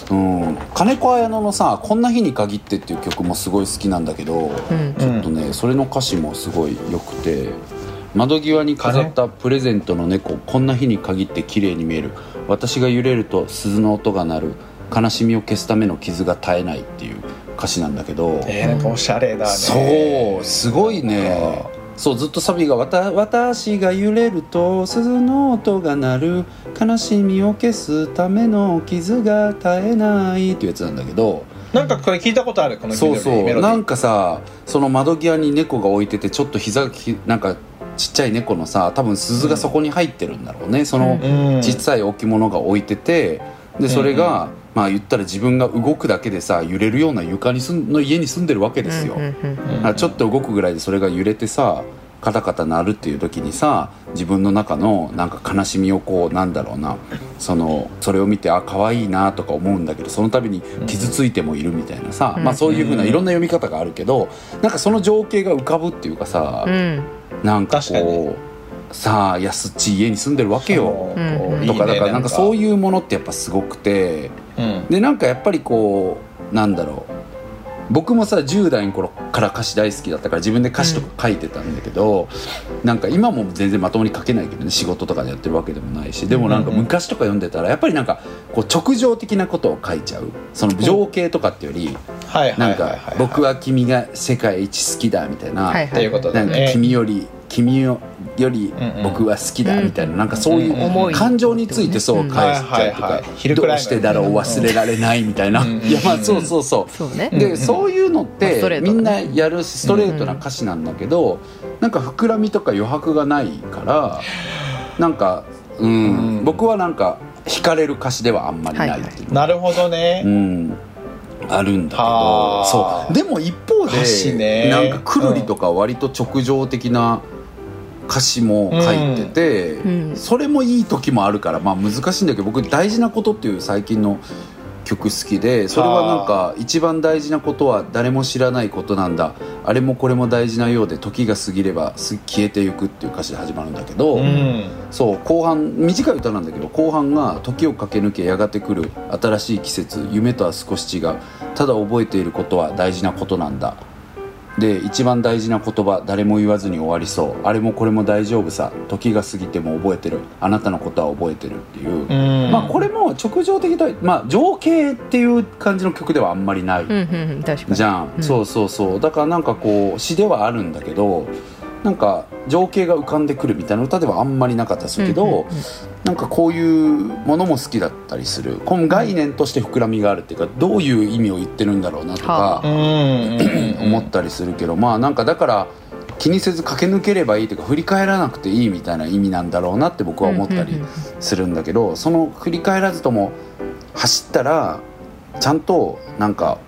C: うん、金子綾乃のさ「こんな日に限って」っていう曲もすごい好きなんだけど、
D: うん
C: ちょっとねそれの歌詞もすごい良くて「窓際に飾ったプレゼントの猫こんな日に限って綺麗に見える私が揺れると鈴の音が鳴る悲しみを消すための傷が絶えない」っていう歌詞なんだけど、
B: えー、なんかおしゃれだね。
C: そうすごいねそうずっとサビがわた「私が揺れると鈴の音が鳴る悲しみを消すための傷が絶えない」っていうやつなんだけど
B: なんかこれ聞いたことあるこの
C: そうそ
B: メロ
C: う
B: デ
C: な
B: ィ
C: んかさその窓際に猫が置いててちょっと膝がきなんかちっちゃい猫のさ多分鈴がそこに入ってるんだろうね、その
B: ー。
C: ちっちゃい置物が置いててでそれが、まあ言ったら自分が動くだけでさ揺れるような床にすんの家に住んでるわけですよ。
D: うんうんう
B: う
D: ん
B: ん
C: あちょっと動くぐらいでそれが揺れてさカタカタ鳴るっていう時にさ自分の中のなんか悲しみをこうなんだろうなそのそれを見てあ可愛いなとか思うんだけどその度に傷ついてもいるみたいなさ、
D: うん
C: まあ、そういうふうな
B: うん
C: いろんな読み方があるけどなんかその情景が浮かぶっていうかさ、
D: うん
C: なんか
B: 確かに
C: こうさあ安っちい家に住んでるわけよ。
B: そう
D: うんうん
B: いいね
C: とかだからなんかそう
B: い
C: いうものってやっぱすごくて
B: う、うん、
C: でなんかやっぱりこうなんだろう僕もさ10代の頃から歌詞大好きだったから自分で歌詞とか書いてたんだけど、なんか今も全然まともに書けないけどね仕事とかでやってるわけでもないしでもなんか
B: うんうん
C: 昔とか読んでたらやっぱりなんかこう直情的なことを書いちゃうその情景とかってより、
B: はいはい
C: な
B: は
C: ん
B: いはい
C: か「僕
B: は
C: は君が世界一好きだ」みたいな、
D: はい
B: ということ
C: な
B: で
C: んか
B: ね
C: 君より君より
B: うんうん
C: 僕は好きだみたいな、なんかそうい
B: うんうん
D: 思
C: う
D: い
C: 感情についてそう
D: うん
C: 返しちゃうと
B: はい
C: か
B: はいはい昼、く
C: ど
B: ら
C: う
B: い
C: してだろう忘れられないみたいな、
B: うんうん
C: いやまあそうそうそう。
D: そうね
B: うん
C: で、そういうのっ
D: まあストレ
C: て
D: ート
C: み
D: だね
C: んなやるストレートな歌詞なんだけど、なんか膨らみとか余白がないからなんか、うん
B: うん
C: 僕はなんか惹かれる歌詞ではあんまりないっていう、
B: なるほどね、
C: うん、あるんだけど
B: はあ
C: そうでも一方
B: 歌詞ね
C: で、なんかくるりとか割と直情的な歌詞も書いてて、
D: うんうん
C: それもいい時もあるから、まあ、難しいんだけど僕「大事なこと」っていう最近の曲好きでそれはなんか一番大事なことは誰も知らないことなんだあれもこれも大事なようで時が過ぎればす消えてゆくっていう歌詞で始まるんだけど。
B: うん
C: そう後半短い歌なんだけど後半が「時を駆け抜けやがて来る新しい季節夢とは少し違うただ覚えていることは大事なことなんだ」で一番大事な言葉誰も言わずに終わりそうあれもこれも大丈夫さ時が過ぎても覚えてるあなたのことは覚えてるっていう、
B: うん
C: まあこれも直情的とはまあ情景っていう感じの曲ではあんまりない
D: うんうんうん確かに
C: じゃん、
D: うん
C: そうそうそうだからなんかこう詩ではあるんだけどなんか情景が浮かんでくるみたいな歌ではあんまりなかったでするけど、
D: うんうんうん
C: なんかこういうものも好きだったりするこの概念として膨らみがあるっていうかどういう意味を言ってるんだろうなと
D: は
B: う
C: か、
B: んうん
C: 思ったりするけどまあなんかだから気にせず駆け抜ければいいというか振り返らなくていいみたいな意味なんだろうなって僕は思ったり
D: うんうんうん
C: するんだけどその振り返らずとも走ったらちゃんとなんか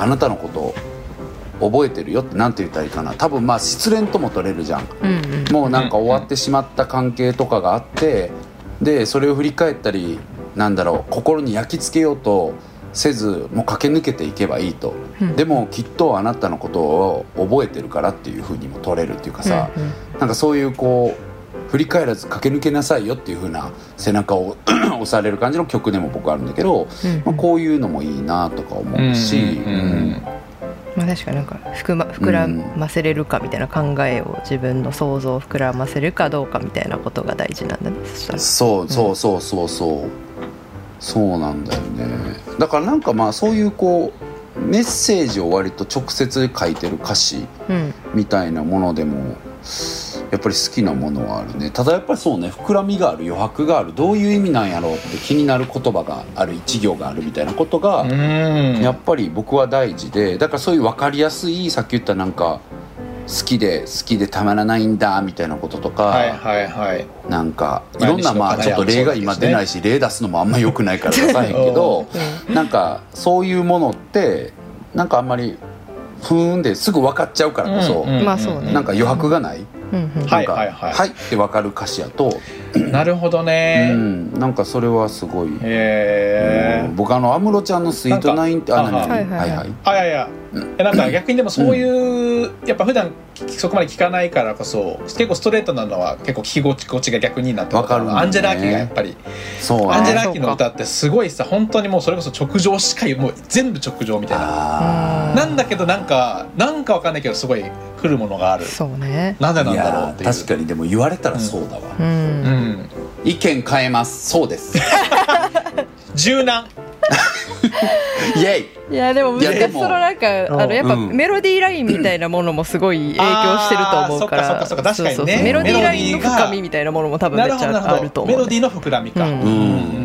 C: あなたのことを覚えてるよってなんて言ったらいいかな多分まあ失恋とも取れるじゃん
D: うんうん
C: もうなんか終わってしまった関係とかがあってでそれを振り返ったりなんだろう心に焼き付けようとせずもう駆け抜けていけばいいと、
D: うん
C: でもきっとあなたのことを覚えてるからっていうふうにも取れるっていうかさ、
D: うんうん
C: なんかそういうこう振り返らず駆け抜けなさいよっていう風な背中を (clears throat) 押される感じの曲でも僕あるんだけど、
D: うん
C: まあ、こういうのもいいなとか思うし、
B: うんうんうん
D: まあ、確かになんか膨,、ま、膨らませれるかみたいな考えを自分の想像を膨らませるかどうかみたいなことが大事なんだねそしたら
C: そうそうそうそうそうそうなんだよねだからなんかまあそういうこうメッセージを割と直接書いてる歌詞
D: うん
C: みたいなものでもやっぱり好きなものはあるねただやっぱりそうね膨らみがある余白があるどういう意味なんやろうって気になる言葉がある一行があるみたいなことが、
B: うん
C: やっぱり僕は大事でだからそういう分かりやすいさっき言ったなんか好きで好きでたまらないんだみたいなこととか、
B: はいはいはい
C: なんかいろんなまあ
B: 毎
C: ち
B: 日
C: ょ
B: の
C: っと例が今出ないし例出すのもあんま良くないから出さへんけ
B: (laughs)
C: どなんかそういうものってなんかあんまりふーんですぐ分かっちゃうからこそ
B: うんうん
D: まあそうね
C: なんか余白がない
D: うんうん
B: は
C: ないんか
B: はいはい
C: はいって分かる歌詞やと
B: なるほど
C: う
B: ね、
C: んなんかそれはすごい
B: へえ
C: うん僕あの安室ちゃんの「スイートナイン」ってあ
B: なんか
C: 何々
D: あは
C: はいい
D: は
C: はいい
B: あいやいやえなんか逆にでもそういう、やっぱ普段きそこまで聞かないからこそ結構ストレートなのは結構聞き心地が逆になって
C: わかるんだよね
B: アンジェラーキがやっぱり
C: そう
B: アンジェ
C: ね
B: ラーキの歌ってすごいさ本当にもうそれこそ直情しかもう全部直情みたいな
C: あー
B: なんだけどなんかなんかわかんないけどすごい来るものがある
D: そうね
B: なぜなん
C: い
B: だろう
C: や
B: って
C: ー
B: いう
C: 確かにでも言われたらそうだわ、
D: うん、
B: うん
C: 意見変えますそうです
B: 柔軟
C: イェイ
D: いやでも
C: いや
D: 難
C: で
D: し
C: も
D: そのなんかあ
B: うん
D: のやっぱ
C: うん
D: メロディーラインみたいなものもすごい影響してると思うから
B: あーそっかそっかそっか確かにね
D: そうそうそうメロディーラインの深みみたいなものも多分
B: な
D: めっ
B: る
D: ち
B: ほど
D: ゃ
B: な
D: あ
B: る
D: ると
B: ほど
D: 思
B: メ
D: う、
B: ロディーの膨らみか、
D: う
C: う
D: ん
C: ん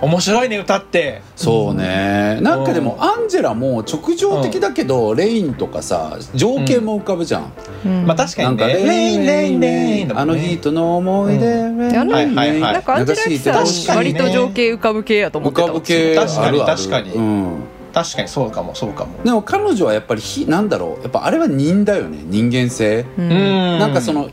B: 面白いね歌って
C: そうねなんかで
B: う
C: もアンジェラも直情的だけどレインとかさ情景も浮かぶじゃん
D: うん
B: まあ確か
C: なん
B: に
C: か
B: ね
C: レインレインレインレインあの日との思い出
D: んあの
B: はいはいはい
D: なんかアンジェラキ
B: は
D: さ
B: い
D: ん
B: 確かに
D: 割
B: ね
D: と情景浮かぶ系やと思
C: 浮
D: ってた
C: かぶ
B: 確
C: 系あ
B: かに
C: るある
B: 確かに
C: うん
B: 確かにそうかもそうかも
C: でも彼女はやっぱりひなんだろうやっぱあれは人だよね人間性
B: う
D: う
B: ん
C: なんかその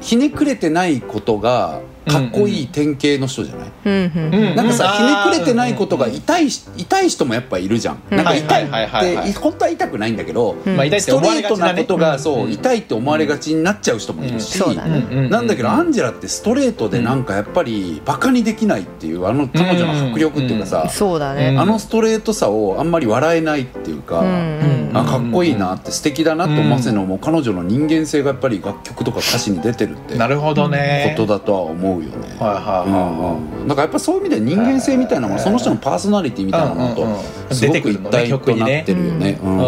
C: ひねくれてないことがかっこいい典型の人じゃない、
D: うんうん
B: うん
C: なんかさ、
B: うん
C: ひねくれてないことが痛いし痛い人もやっぱいるじゃん、
D: うん
C: なんか痛い
B: はいはいはい
C: っ
B: は
C: て
B: い
C: 本当は痛くないんだけど、
D: うん
B: まあ痛いっ
C: ス
B: て
C: ト
B: 思わ
C: レ
B: れが
C: ート
B: ちだ
C: な
B: ね
C: ことが、そう、
B: ん
C: 痛いって思われがちになっちゃう人もいるし、
D: うんそうだね
B: うん
C: なんだけど、ア
B: う
C: ンジェラってストレートでなんかやっぱりバカにできないっていうあの彼女の迫力っていうかさ、
D: そうだ
B: うん
D: ね
C: あのストレートさをあんまり笑えないっていうか、
D: うんうん
C: あかっこいいなって素敵だなって思わせるのも彼女の人間性がやっぱり楽曲とか歌詞に出てるって
B: なるほどね
C: ことだとは思うよ
B: は
C: ね。
B: いは
C: う
B: いはい
C: んうん、なんかやっぱそういう意味では人間性みたいなものその人のパーソナリティみたいな
B: うん
C: もの
B: うん
C: と
B: うん
C: す
B: 出
C: ご
B: て
C: く
B: く
C: 一
B: るのね
C: 体となってるよね。
B: う
C: うん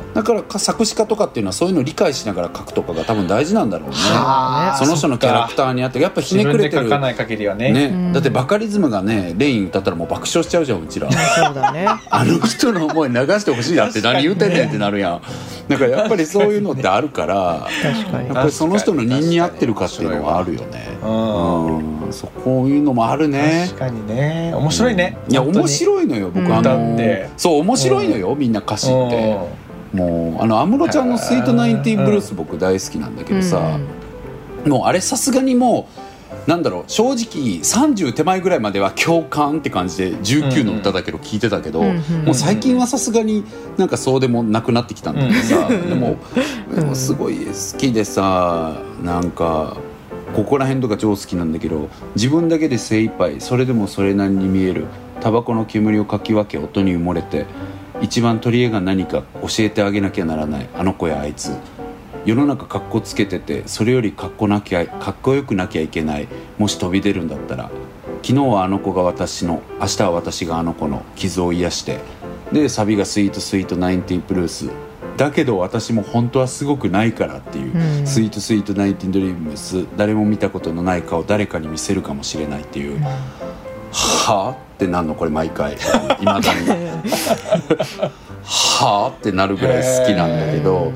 B: ん
C: だからか作詞家とかっていうのはそういうのを理解しながら書くとかが多分大事なんだろうね。
B: はあ
C: その人のキャラクターにあってやっぱひねくれ
B: 自
C: て
B: 分で書か
C: る。
B: ない限りはね
C: ね、だってバカリズムがねレイン歌ったらもう爆笑しちゃうじゃんうちら。
D: そうだね
C: あの人の思い流してほしいなって何言うてんねんってなるやん。だからやっぱりそういうのってあるから、
D: 確か
C: やっ
D: に
C: ぱりその人の人に合ってるかっていうのはあるよね。
B: うん
C: うん、そうこういうのもあるね。
B: 確かにね面白いね
C: いや
B: 本当に
C: 面白いのよ僕、
D: うん
C: あ
B: 歌
C: の
B: って
C: そう面白いのよ、みんな歌詞って、もうあの安室ちゃんの「スイートナインティーンブルース」僕大好きなんだけどさ、もうあれさすがにもうなんだろう正直30手前ぐらいまでは共感って感じで19の歌だけど聞いてたけど、
D: うんうん
C: もう最近はさすがになんかそうでもなくなってきたんだけどさ、でもでもすごい好きでさなんかここら辺とか超好きなんだけど自分だけで精一杯それでもそれなりに見えるタバコの煙をかき分け音に埋もれて一番取り柄が何か教えてあげなきゃならないあの子やあいつ世の中かっこつけててそれよりかっこなきゃかっこよくなきゃいけないもし飛び出るんだったら昨日はあの子が私の明日は私があの子の傷を癒してでサビが「スイートスイートナインティーブルース」だけど私も本当はすごくないからっていうう「
D: ん
C: スイートスイートナインティードリームス」誰も見たことのない顔誰かに見せるかもしれないっていう、はあってなんのこれ毎回い (laughs) まだに。はあってなるぐらい好きなんだけど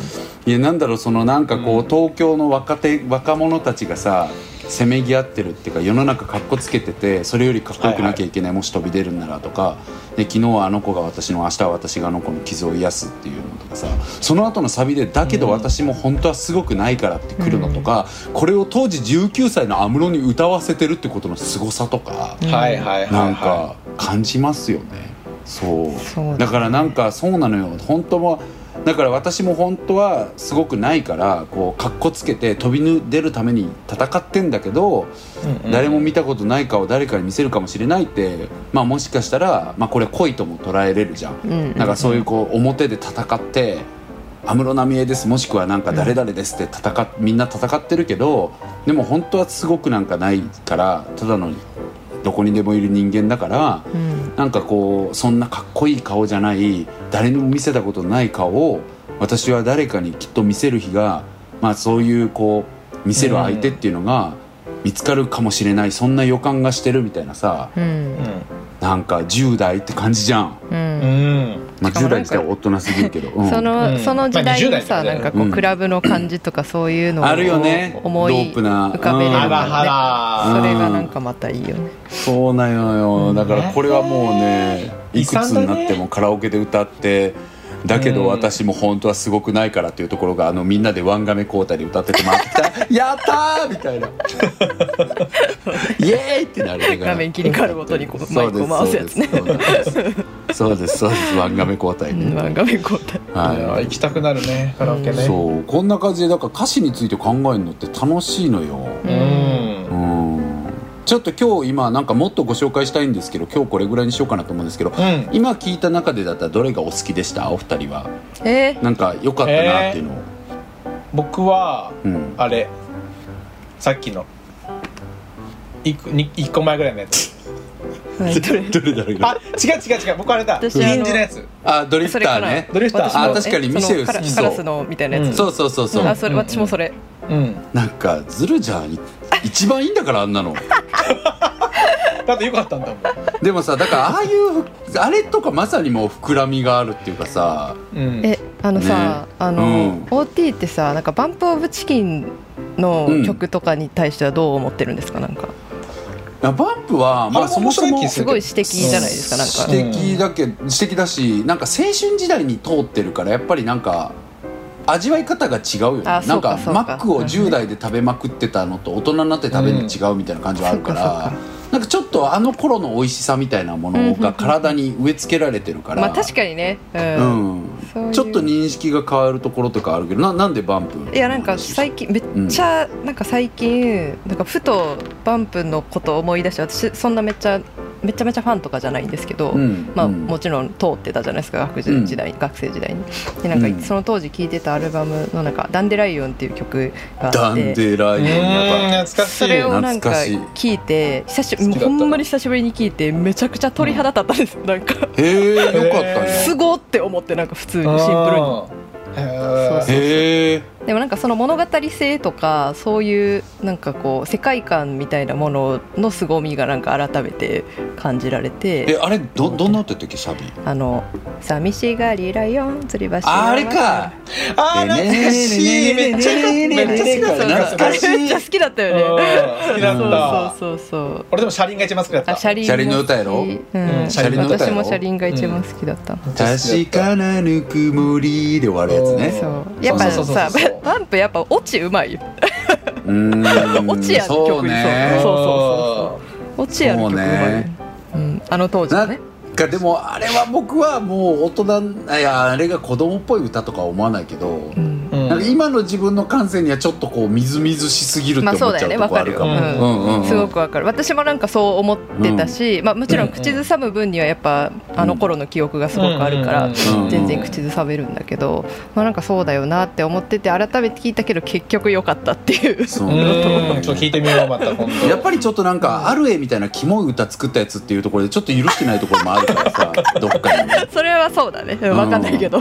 C: いやなんだろうそのなんかこう東京の若手若者たちがさせめぎ合ってるっていうか世の中かっこつけててそれよりかっこよくなきゃいけない、もし飛び出るんならとかで昨日はあの子が私の明日は私があの子の傷を癒すっていうのとかさその後のサビで「だけど私も本当はすごくないから」ってくるのとか、これを当時19歳の安室に歌わせてるってことの凄さとか。
B: はいはいはいはい
C: なんか感じますよね。そう
D: そうだね
C: だからなんかそうなのよ本当はだから私も本当はすごくないからこうかっこつけて飛びぬ出るために戦ってんだけど、
B: うんうん
C: 誰も見たことない顔を誰かに見せるかもしれないって、まあ、もしかしたら、まあ、これ恋とも捉えれるじゃん。
D: うん
C: なんかそういうこう表で戦って安室奈美恵ですもしくはなんか誰々ですって戦っみんな戦ってるけどでも本当はすごくなんかないからただのどこにでもいる人間だから
D: うん
C: なんかこうそんなかっこいい顔じゃない誰にも見せたことない顔を私は誰かにきっと見せる日がまあそういうこう見せる相手っていうのが見つかるかもしれないそんな予感がしてるみたいなさ
D: うん
C: なんか10代って感じじゃん。
D: う
B: う
D: ん
B: ん
C: まあ、
D: しかも
C: 10代
D: なんか
C: 自体は大人すぎるけど、うん
D: その、
B: うん
D: その時代
B: まあ
D: の
B: 20代
D: さ、
B: だ
D: な
B: よね
D: んかこう、
C: うん
D: クラブの感じとかそういうのを
C: あるよね
D: 思い
C: ドープな
D: 浮かべれ
C: う
D: る
C: ん
B: ハ
D: の
B: ラハ
D: が
C: うん
D: ねそれがなんかまたいいよね
C: そうなのよ、だからこれはもうね
B: うん
C: いくつになってもカラオケで歌ってだけど私も本当はすごくないからっていうところがあのみんなでワンガメ交代で歌っててもらってき
D: (laughs)
C: たやったー!」みた (laughs) いな「イエーイ!」ってなるだから
D: 画面切り替わるごとにこう
C: そうです
D: マイクを回すやつね
C: そうですそうですそうですそうですワンガメ交代
D: うん
C: ね、
D: まあ画面交代
B: いや
C: はい
B: 行きたくなるねカラオケね
C: そうこんな感じでだから歌詞について考えるのって楽しいのよ、
B: うん
C: うんちょっと今日今なんかもっとご紹介したいんですけど今日これぐらいにしようかなと思うんですけど、
B: ん
C: 今聞いた中でだったらどれがお好きでしたお二人は
D: えー
C: なんか良かったなっていうのを、
B: 僕は
C: うん、
B: あれさっきの一個に一個前ぐらいのやつ
D: はいどれ
C: どれだろう今
B: あ違う違う違う僕あれだ
D: 私
B: 臨時
D: あの
B: のやつ
C: あドリ
D: そ
C: フ
D: れ
C: タ
D: か
C: ーね
D: な
B: ドリフター
D: 私も
B: あ
C: 確かに
D: え
C: ミシェル
D: その
C: 好きそう
D: カラカラスのみたいなやつ、
C: そうそうそうそう、
D: あそれ私もそれ、
B: うん
C: なんかずるじゃんい一番いいんだからあんなの
B: だってよかったんだも
C: でもさだからああいうあれとかまさにもう膨らみがあるっていうかさ
B: ん、うん、
D: えあのさ、あの、
C: うん
D: OT ってさなんかバンプオブチキンの曲とかに対してはどう思ってるんですかなんか
C: バンプはま
B: あ
C: あ
B: れ
C: そ
B: も面
C: も
B: 白
C: そ
B: い
C: も
B: 気
D: すごい指摘じゃないですかな
B: う
D: んか
B: ん
C: 指摘だけ指摘だしなんか青春時代に通ってるからやっぱりなんか味わい方が違うよねな
D: あ
C: んか
D: そうかそう
C: マ
D: か
C: ックを10代で食べまくってたのと大人になって食べるの違うみたいな感じはあるから、なんかちょっとあの頃の美味しさみたいなものが体に植え付けられてるから、
D: まあ確かにね
C: う
D: うん、
C: ん、
D: そういう
C: ちょっと認識が変わるところとかあるけどななんでバンプ
D: いやなんか最近めっちゃ、なんか最近なんかふとバンプのことを思い出して私そんなめっちゃめちゃめちゃファンとかじゃないんですけど、
C: うん
D: まあ、
C: うん
D: もちろん通ってたじゃないですか学生時代、学生時代にでなん
C: うん
D: かその当時聴いてたアルバムの中「ダンデライオン」っていう曲があ
C: ダ
D: っ
C: ン
D: て
C: デライオンやっぱ
B: 懐かし
D: そ
B: い
D: れをなん
C: 懐
D: か
C: かしい
D: 聞いて久し
B: 好きだった
D: ほんまに久しぶりに聞いてめちゃくちゃ鳥肌立ったんですよなんか
C: へえよかったね
D: すごって思ってなんか普通にシンプルに。
B: プルにへ
D: そう
B: え
C: へえ
D: でもなんかその物語性とかそういうなんかこう世界観みたいなものの凄みがなんか改めて感じられ
C: え
D: て
C: あれどどんなってたっけシャビ
D: 「あの寂しがりライオン吊り橋の中」
C: ああれか
B: あー懐かしいめっちゃめっちゃ好きだった
C: 懐かしい
D: めっちゃ好きだったよ
B: うん
D: ね
B: 好きだった
D: そうそうそうそう
B: 俺でも車輪が一番好きだった
D: あ車輪
C: 車輪の歌やろ
D: も好き
B: うん
D: うん、
B: 車輪
C: の歌や
D: 私
C: ろ
D: も車輪が一番好きだった、
C: 確かなぬくもりで終わるやつね
D: そうやっぱ
B: そうそうそう
D: さ
B: そうそう
D: バンプやっぱオチうまいよ
C: うーん
D: 落ちやん
C: そう
D: 曲
B: そう
D: に
C: ね
B: そう
D: オチやる曲うまいよ、
C: そうね
D: うん、あの当時
C: な
D: の
C: ん
D: ね
C: かでもあれは僕はもう大人いやあれが子供っぽい歌とかは思わないけど、
D: うん
B: そう、うん
C: なんか今の自分の感性にはちょっとこうみずみずしすぎるって
D: まあ
C: 思
D: そう
C: っ
D: だ
C: ちゃう
D: よね
C: と
D: わ
C: こ
D: か
C: ある
D: るよ、
C: かも、
D: うん
C: うんうんうん
D: すごくわかる私もなんかそう思ってたし、まあ、もちろん口ずさむ分にはやっぱあの頃の記憶がすごくあるから、
B: うん
C: うん
D: 全然口ずさめるんだけど、まあ、なんかそうだよなって思ってて改めて聞いたけど結局良かったっていう (laughs)
C: そうう
B: ーんちょっと聞いてみようまた今度
C: やっぱりちょっとなんか、ある絵みたいなキモい歌作ったやつっていうところでちょっと許してないところもあるからさどっかにね
D: それはそうだね分かんないけど、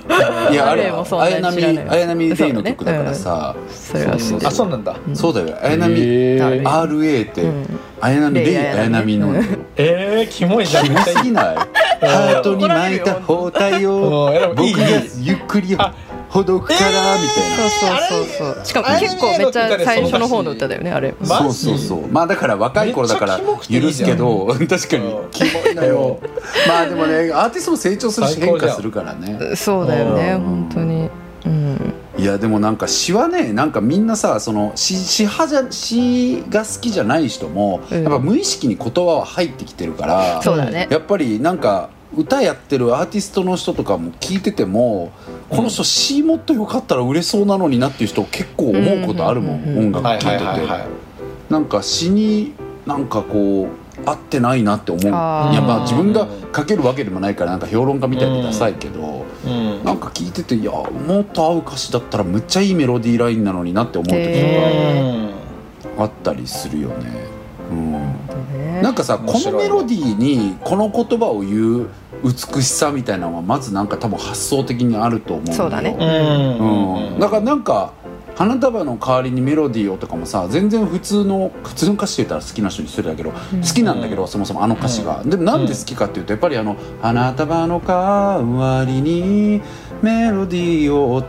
C: いやあれ
D: あれも
C: は
D: そうだ
C: 綾
D: よ
C: 波
D: 知らない
C: 綾波レイの曲だからさ
D: それは知って
B: あ
D: る
B: そうなんだ
C: そうだよ綾波
D: ー
C: RA って
D: うん
C: 綾波レイ
D: レイ
C: 綾
D: 綾波
C: 波の
D: うん
B: えー、キモいじゃん
C: キモすぎないハートに巻いた包帯
B: もうやだ
C: を
B: もうい
C: 僕
B: い
C: がゆっくり
B: あ
C: ほどくからみたいな
D: そうそうそうしかも結構めっちゃ最初の方の歌だよねあれ
B: マジ
C: そうそうそうまあだから若い頃だか
B: めっ
C: ら
B: ちゃキモくてい
C: 許
B: いじ
C: す
B: ゃん
C: けど確かに
B: うん
C: キモいのよ (laughs) まあでもねアーティストも成長するし
B: 最高
C: 変
B: じゃん
C: 化するからね
D: そうだよね
C: うん
D: 本当にうん
C: いやでもなんか詩はねなんかみんなさその詩詩派じゃ詩が好きじゃない人も、
D: うん
C: やっぱ無意識に言葉は入ってきてるから
D: そうだね
C: やっぱりなんか歌やってるアーティストの人とかも聞いててもこの人詩もっとよかったら売れそうなのになっていう人結構思うことあるもん、
D: うんうんうんうん
C: 音
B: はいは
C: 楽聴
B: い
C: いてて、
B: はいはい
C: なんか詩になんかこう合ってないなって思う
D: あ
B: ー
C: いやまあ自分が書けるわけでもないからなんか評論家みたいでダサいけど。
B: うん
C: なんか聞いてていやもっと合う歌詞だったらむっちゃいいメロディーラインなのになって思う時
D: へ
C: あったりするよね。うん、
D: ね
C: なんかさこ
B: 面白
C: の
B: い
C: メロディーにこの言葉を言う美しさみたいなのはまずなんか多分発想的にあると思うんよ
D: そうだね
B: うん
C: うん、だからなんか花束の代わりにメロディーをとかもさ全然普通の普通の歌詞って言ったら好きな人にするだけど、好きなんだけどそもそもあの歌詞が、でもなんで好きかっていうとやっぱりあの「花束の代わりにメロディーを」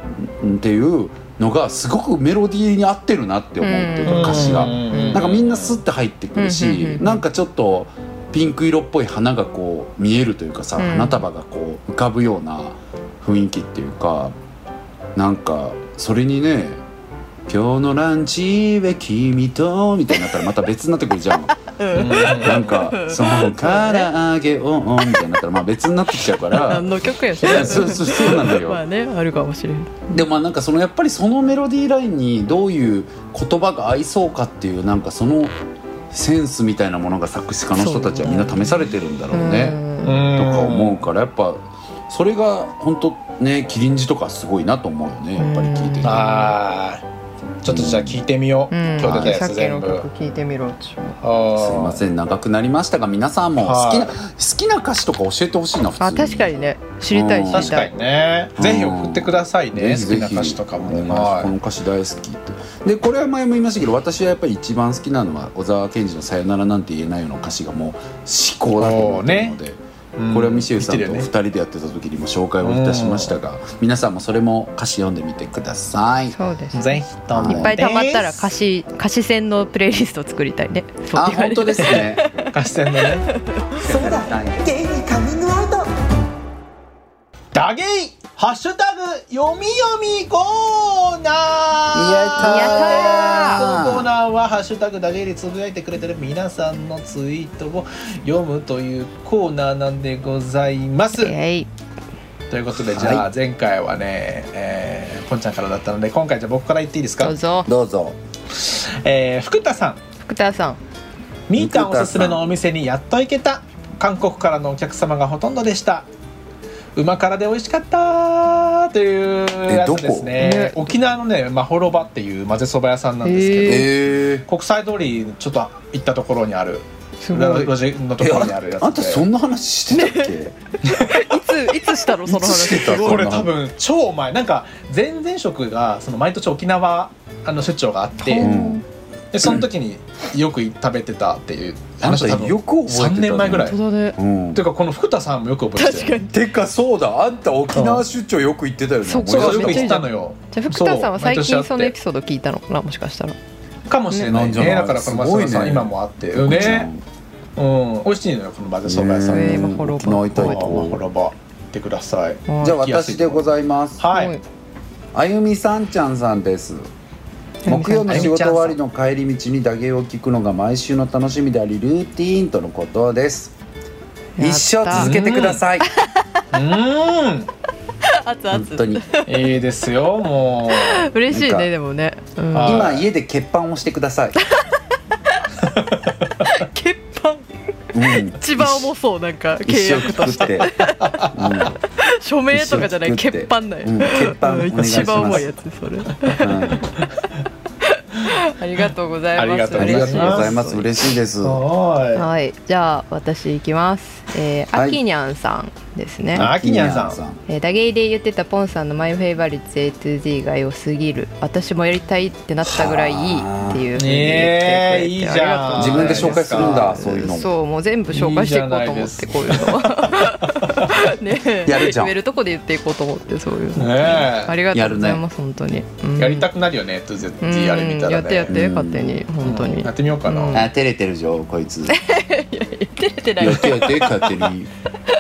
C: っていうのがすごくメロディーに合ってるなって思うっていう
B: う
C: か
B: ん
C: 歌詞が、
B: う
C: なんかみんなスッて入ってくるし、
D: うんうんうん
C: なんかちょっとピンク色っぽい花がこう見えるというかさ、
D: うん
C: 花束がこう浮かぶような雰囲気っていうかなんかそれにね「今日のランチは君と」みたいになったらまた別になってくるじ
D: (laughs)
C: ゃんなんか「そのから揚げを」みたいになったらまあ別になってきちゃうか
D: (laughs)
C: ら
D: 何。の曲やし
C: そうそうそうなんだよ
D: まあねあるかもしれん
C: でもまあなんかそのやっぱりそのメロディーラインにどういう言葉が合いそうかっていうなんかそのセンスみたいなものが作詞家の人たちはみんな試されてるんだろうね
D: うん
C: とか思
B: う
C: うからやっぱそれが本当ねキリンジとかすごいなと思うよねやっぱり聞いてて。
B: あちょっとじゃあ聞いてみよう、
D: うん
B: 今日出た
D: さ
B: や
D: っ
B: つ
D: き
B: 全
D: の
B: 部
D: 曲聞いてみろっちゅう
B: す
C: すいません長くなりましたが皆さんも好きな
B: は
C: 好きな歌詞とか教えてほしいな普通
D: あ確かにね知りたい
C: うん
D: 知
B: 確
D: りた
B: か
D: い
B: にね、
C: うん
B: ぜひ送ってくださいね
C: ぜひぜ
B: 好
C: ひ
B: きな歌詞とかもね、
C: お願いしますこの
B: は
C: 歌詞大好きってでこれは前も言いましたけど私はやっぱり一番好きなのは小沢健二の「さよならなんて言えないよ」の歌詞がもう至高だと思ってるので、
B: いうん
C: これはミシェルさんと
B: 見てる
C: 2
B: よね
C: 人でやってた時にも紹介をいたしましたが、皆さんもそれも歌詞読んでみてください
D: そうです
B: ぜひとも
D: いっぱい溜まったら歌
B: 貸
D: 詞歌詞戦のプレイリスト作りたいねそう
C: あ
D: 言わ
C: 本
D: れる
C: 当ですね
B: 貸してんの
D: (laughs)
B: ね
E: そう
C: (laughs)
E: だゲイにカミングアウト
B: ダゲイハッシュタグ読み読みコーナー
C: やったー
D: や
B: このコーナーは「ハッシュタグだけでつぶやいてくれてる皆さんのツイートを読むというコーナーなんでございます。
D: えい
B: ということでじゃ
C: は
B: あ前回はね、えー、ポンちゃんからだったので今回じゃあ僕から言っていいです
D: ど
B: か
D: う、ぞ
C: どうぞ
B: えー、福田さん
D: 福田さん
B: みーたんおすすめのお店にやっと行けた韓国からのお客様がほとんどでしたうま辛で美味しかったというやつですね
D: えど
B: 沖縄のねまほろばっていう混ぜそば屋さんなんですけど、
D: へー
C: ええ
B: 国際通りちょっと行ったところにある
D: すごい
B: 路地のところにあるやつで
C: あんたそんな話してたっけ
D: いついつしたのその
C: いつ
D: 話
C: してた
B: これ多分超前なんか前々職がその毎年沖縄あの出張があって、
C: う
D: ほ
C: ん
B: でその時によく食べてたっていう
C: あん
B: 話
C: た
B: を多分
C: よく覚えてたね
B: 3年前ぐらい
D: 本当だね
C: うん
B: というかこの福田さんもよく覚えて
D: 確
B: て
D: か
B: る
D: に
C: てかそうだあんた沖縄出張よく行ってたよね
D: そう
C: 思い出
B: そう
C: した
B: そうよく行ったのよ
D: じゃあ福田さんは最
B: そう毎年
D: 近
B: 会って
D: そのエピソード聞いたのかなもしかしたら
B: かもしれない
C: ね
B: ねだからこの松田
C: す
B: さ
C: ごい
B: ん
C: ね
B: 今もあってうんねうん美味しいのよこのバゼそば屋さん
D: ね
B: の
D: え今滅ぼ
C: 沖縄行きたい
B: ま
C: と
B: あ
C: 思う
B: 滅ぼってください
C: じゃあ
D: は
C: 私でございます
B: はいい
C: あゆみさんちゃんさんです
D: あゆみさん
C: 木曜の仕事終わりの帰り道に打芸を聞くのが毎週の楽しみでありルーティーンとのことです
D: やった
C: 一生続けてください
B: うん
D: 熱
C: 本当
D: 々
C: に
B: いいですよもう
D: 嬉し
C: な
D: い
C: んか
D: ねでもねうん
B: あ
C: 今家で欠板をしてください、
D: 欠板
C: うん、
D: 一番重そうなんか
C: 一
D: 契
C: 生
D: 約とし
C: 作ってて、う
D: 署名とかじゃない
C: 一生作
D: 欠
C: って
D: 板だよ
C: うん欠板お願いします
D: 一番重いやつそれ
C: んうん
D: ありがとうございます。
B: ありがとう
C: ありがとうございますす。嬉しいです。あ
B: は
D: はい、じゃあ私行きます。えー、
C: はい
D: あきにゃんさんですね。
B: あきにゃんさん
C: ん。
D: えー、ダゲイで言ってたポンさんのマイフェイバリッツ A2D が良すぎる。私もやりたいってなったぐらいいいっていう風に
B: ねえいい
D: 言
B: じ
D: ってくれてあ
B: ゃん
D: りがとうございます
C: 自分で紹介するんだ
B: いいじゃないですか
C: そういうの
D: そうもう全部紹介していこうと思ってこういうのは (laughs) ねえ
C: やるじゃん
D: 言えるとこで言っていこうと思ってそういうの
B: ねえ
D: ありがとうございます、本当に、うん
B: やりたくなるよね 2Z あれ見た
D: うんや
B: ら
D: ってやっ
B: ね
D: て勝手に本当に、
B: やってみようか
D: うん
B: な
C: あ、照れてるじゃん、こいつ。
D: 照れてない
C: やってやって、勝手に。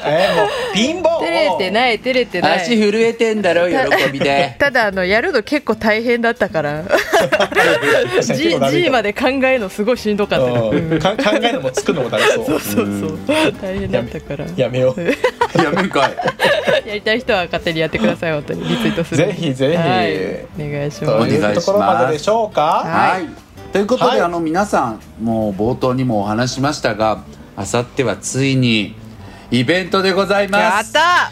B: えーもう貧乏
D: (laughs) 照れてない照れてない
C: 足震えてんだろ、喜び
D: (laughs)
C: で。
D: ただあのやるの結構大変だったから
C: (laughs)
D: G, G まで考えるのすごいしんどかったよ
B: うんか考えるのも作るのもだめそう
D: そうそう大変だったからや
B: やめよう
C: やめんかい。
D: りたい人は勝手にやってください本当にリツイートする
B: ぜひぜひ
D: はいお願いし
B: と
D: ます
B: いうところまででしょうか
D: は
C: はいい。ということ
B: はい
C: で、あの、皆さん、もう冒頭にもお話ししましたが。あさってはついに。イベントでござい
D: や
C: ま
D: っ
C: す。
D: た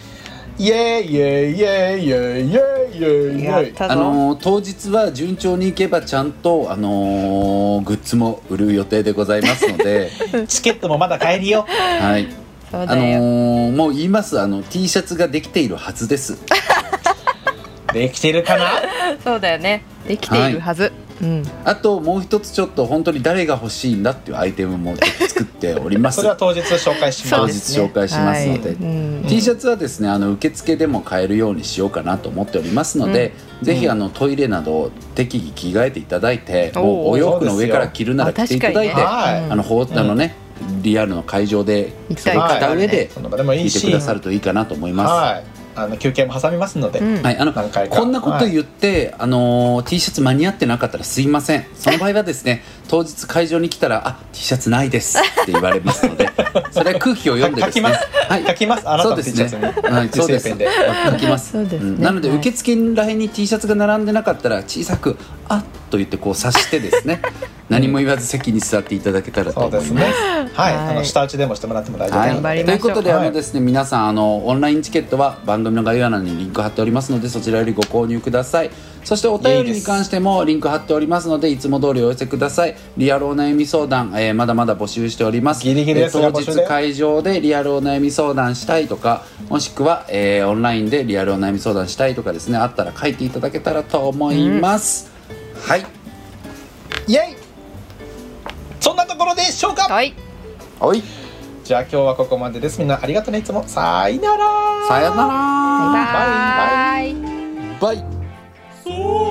B: イエーイイエーイイエーイイエーイイエーイイエーイイエ
D: やっ
B: ーイ
D: た
C: あ
D: ぞ
C: のー当日は順調にいけばちゃんと、あのーグッズも売る予定でございますの
D: (laughs)
C: で、
B: チケットもまだ買えるよ
C: はい、
D: そう
C: あ
D: だ
C: の
D: よ
C: ーもう言いますあの T シャツができているはず
D: (laughs)
C: です
B: できてるかな
D: そうだよねできているはずうん
C: あともう一つちょっと本当に誰が欲しいんだっていうアイテムも作っております
B: それは当日紹介し
D: そ
B: ま
C: 当
D: うで
C: 日
B: す
D: すね
C: 紹介しますので、
D: はいうん
C: T シャツはですねあの受付でも買えるようにしようかなと思っておりますので、ぜひあのトイレなど適宜着替えていただいて、
D: おー
C: もうお洋服の上から着るなら着ていただいて、
D: あ確
B: かにねはい
C: あのほうあのね、リアルの会場で
D: 行き
C: そ
D: たい
C: れを着た上で
B: そんなでもい
C: 聞
B: い
C: いて
B: し
C: くださるといいかなと思います。
B: はいあの休憩も挟みますので
D: うん
C: はい、あの
B: 何回か
C: こんなこと言って、あのー T シャツ間に合ってなかったらすいませんその場合はですね当日会場に来たら「あ T シャツないです」って言われますのでそれは空気を読んで
B: 書
C: です
B: き
C: ね
B: ます
C: はい
B: 書きますあなた
C: そう
B: の
C: で
B: T シ
C: す
B: ャツに
C: ねはいそう
B: 油
C: で
B: 性
C: す
B: ペンで
C: 書きます
D: そうですね
C: んなので
D: はい
C: 受
B: (laughs)
C: 付らへんに T シャツが並んでなかったら小さく「あっ」と言ってこう察してですね何も言わず席に座っていただけたらと
B: そう
C: 思い
B: で
C: ます
B: すね。はい、
D: はい
B: あの下打ちでもしてもらっても大丈夫
C: は
B: なの
D: 頑
B: で。
D: 張り
C: い、という
D: ましょ
C: うことで、
B: はい
C: あのですね皆さんあのオンラインチケットは番組の概要欄にリンク貼っておりますのでそちらよりご購入くださいそしてお便りに関してもリンク貼っておりますのでいつも通りお寄せくださいリアルお悩み相談、えーまだまだ募集しております
B: ギリギリですが
C: えー
B: 募集ね
C: 当日会場でリアルお悩み相談したいとかもしくは、えーオンラインでリアルお悩み相談したいとかですねあったら書いていただけたらと思います、はい
B: イエイ。そんなところでしょうか。
D: はい
C: はい
B: じゃあ今日はここまでです。みんなありがとうね。いつもさよなら。
C: さよなら
D: バイバ
B: バ
D: イ
B: イ
C: バイ
A: そう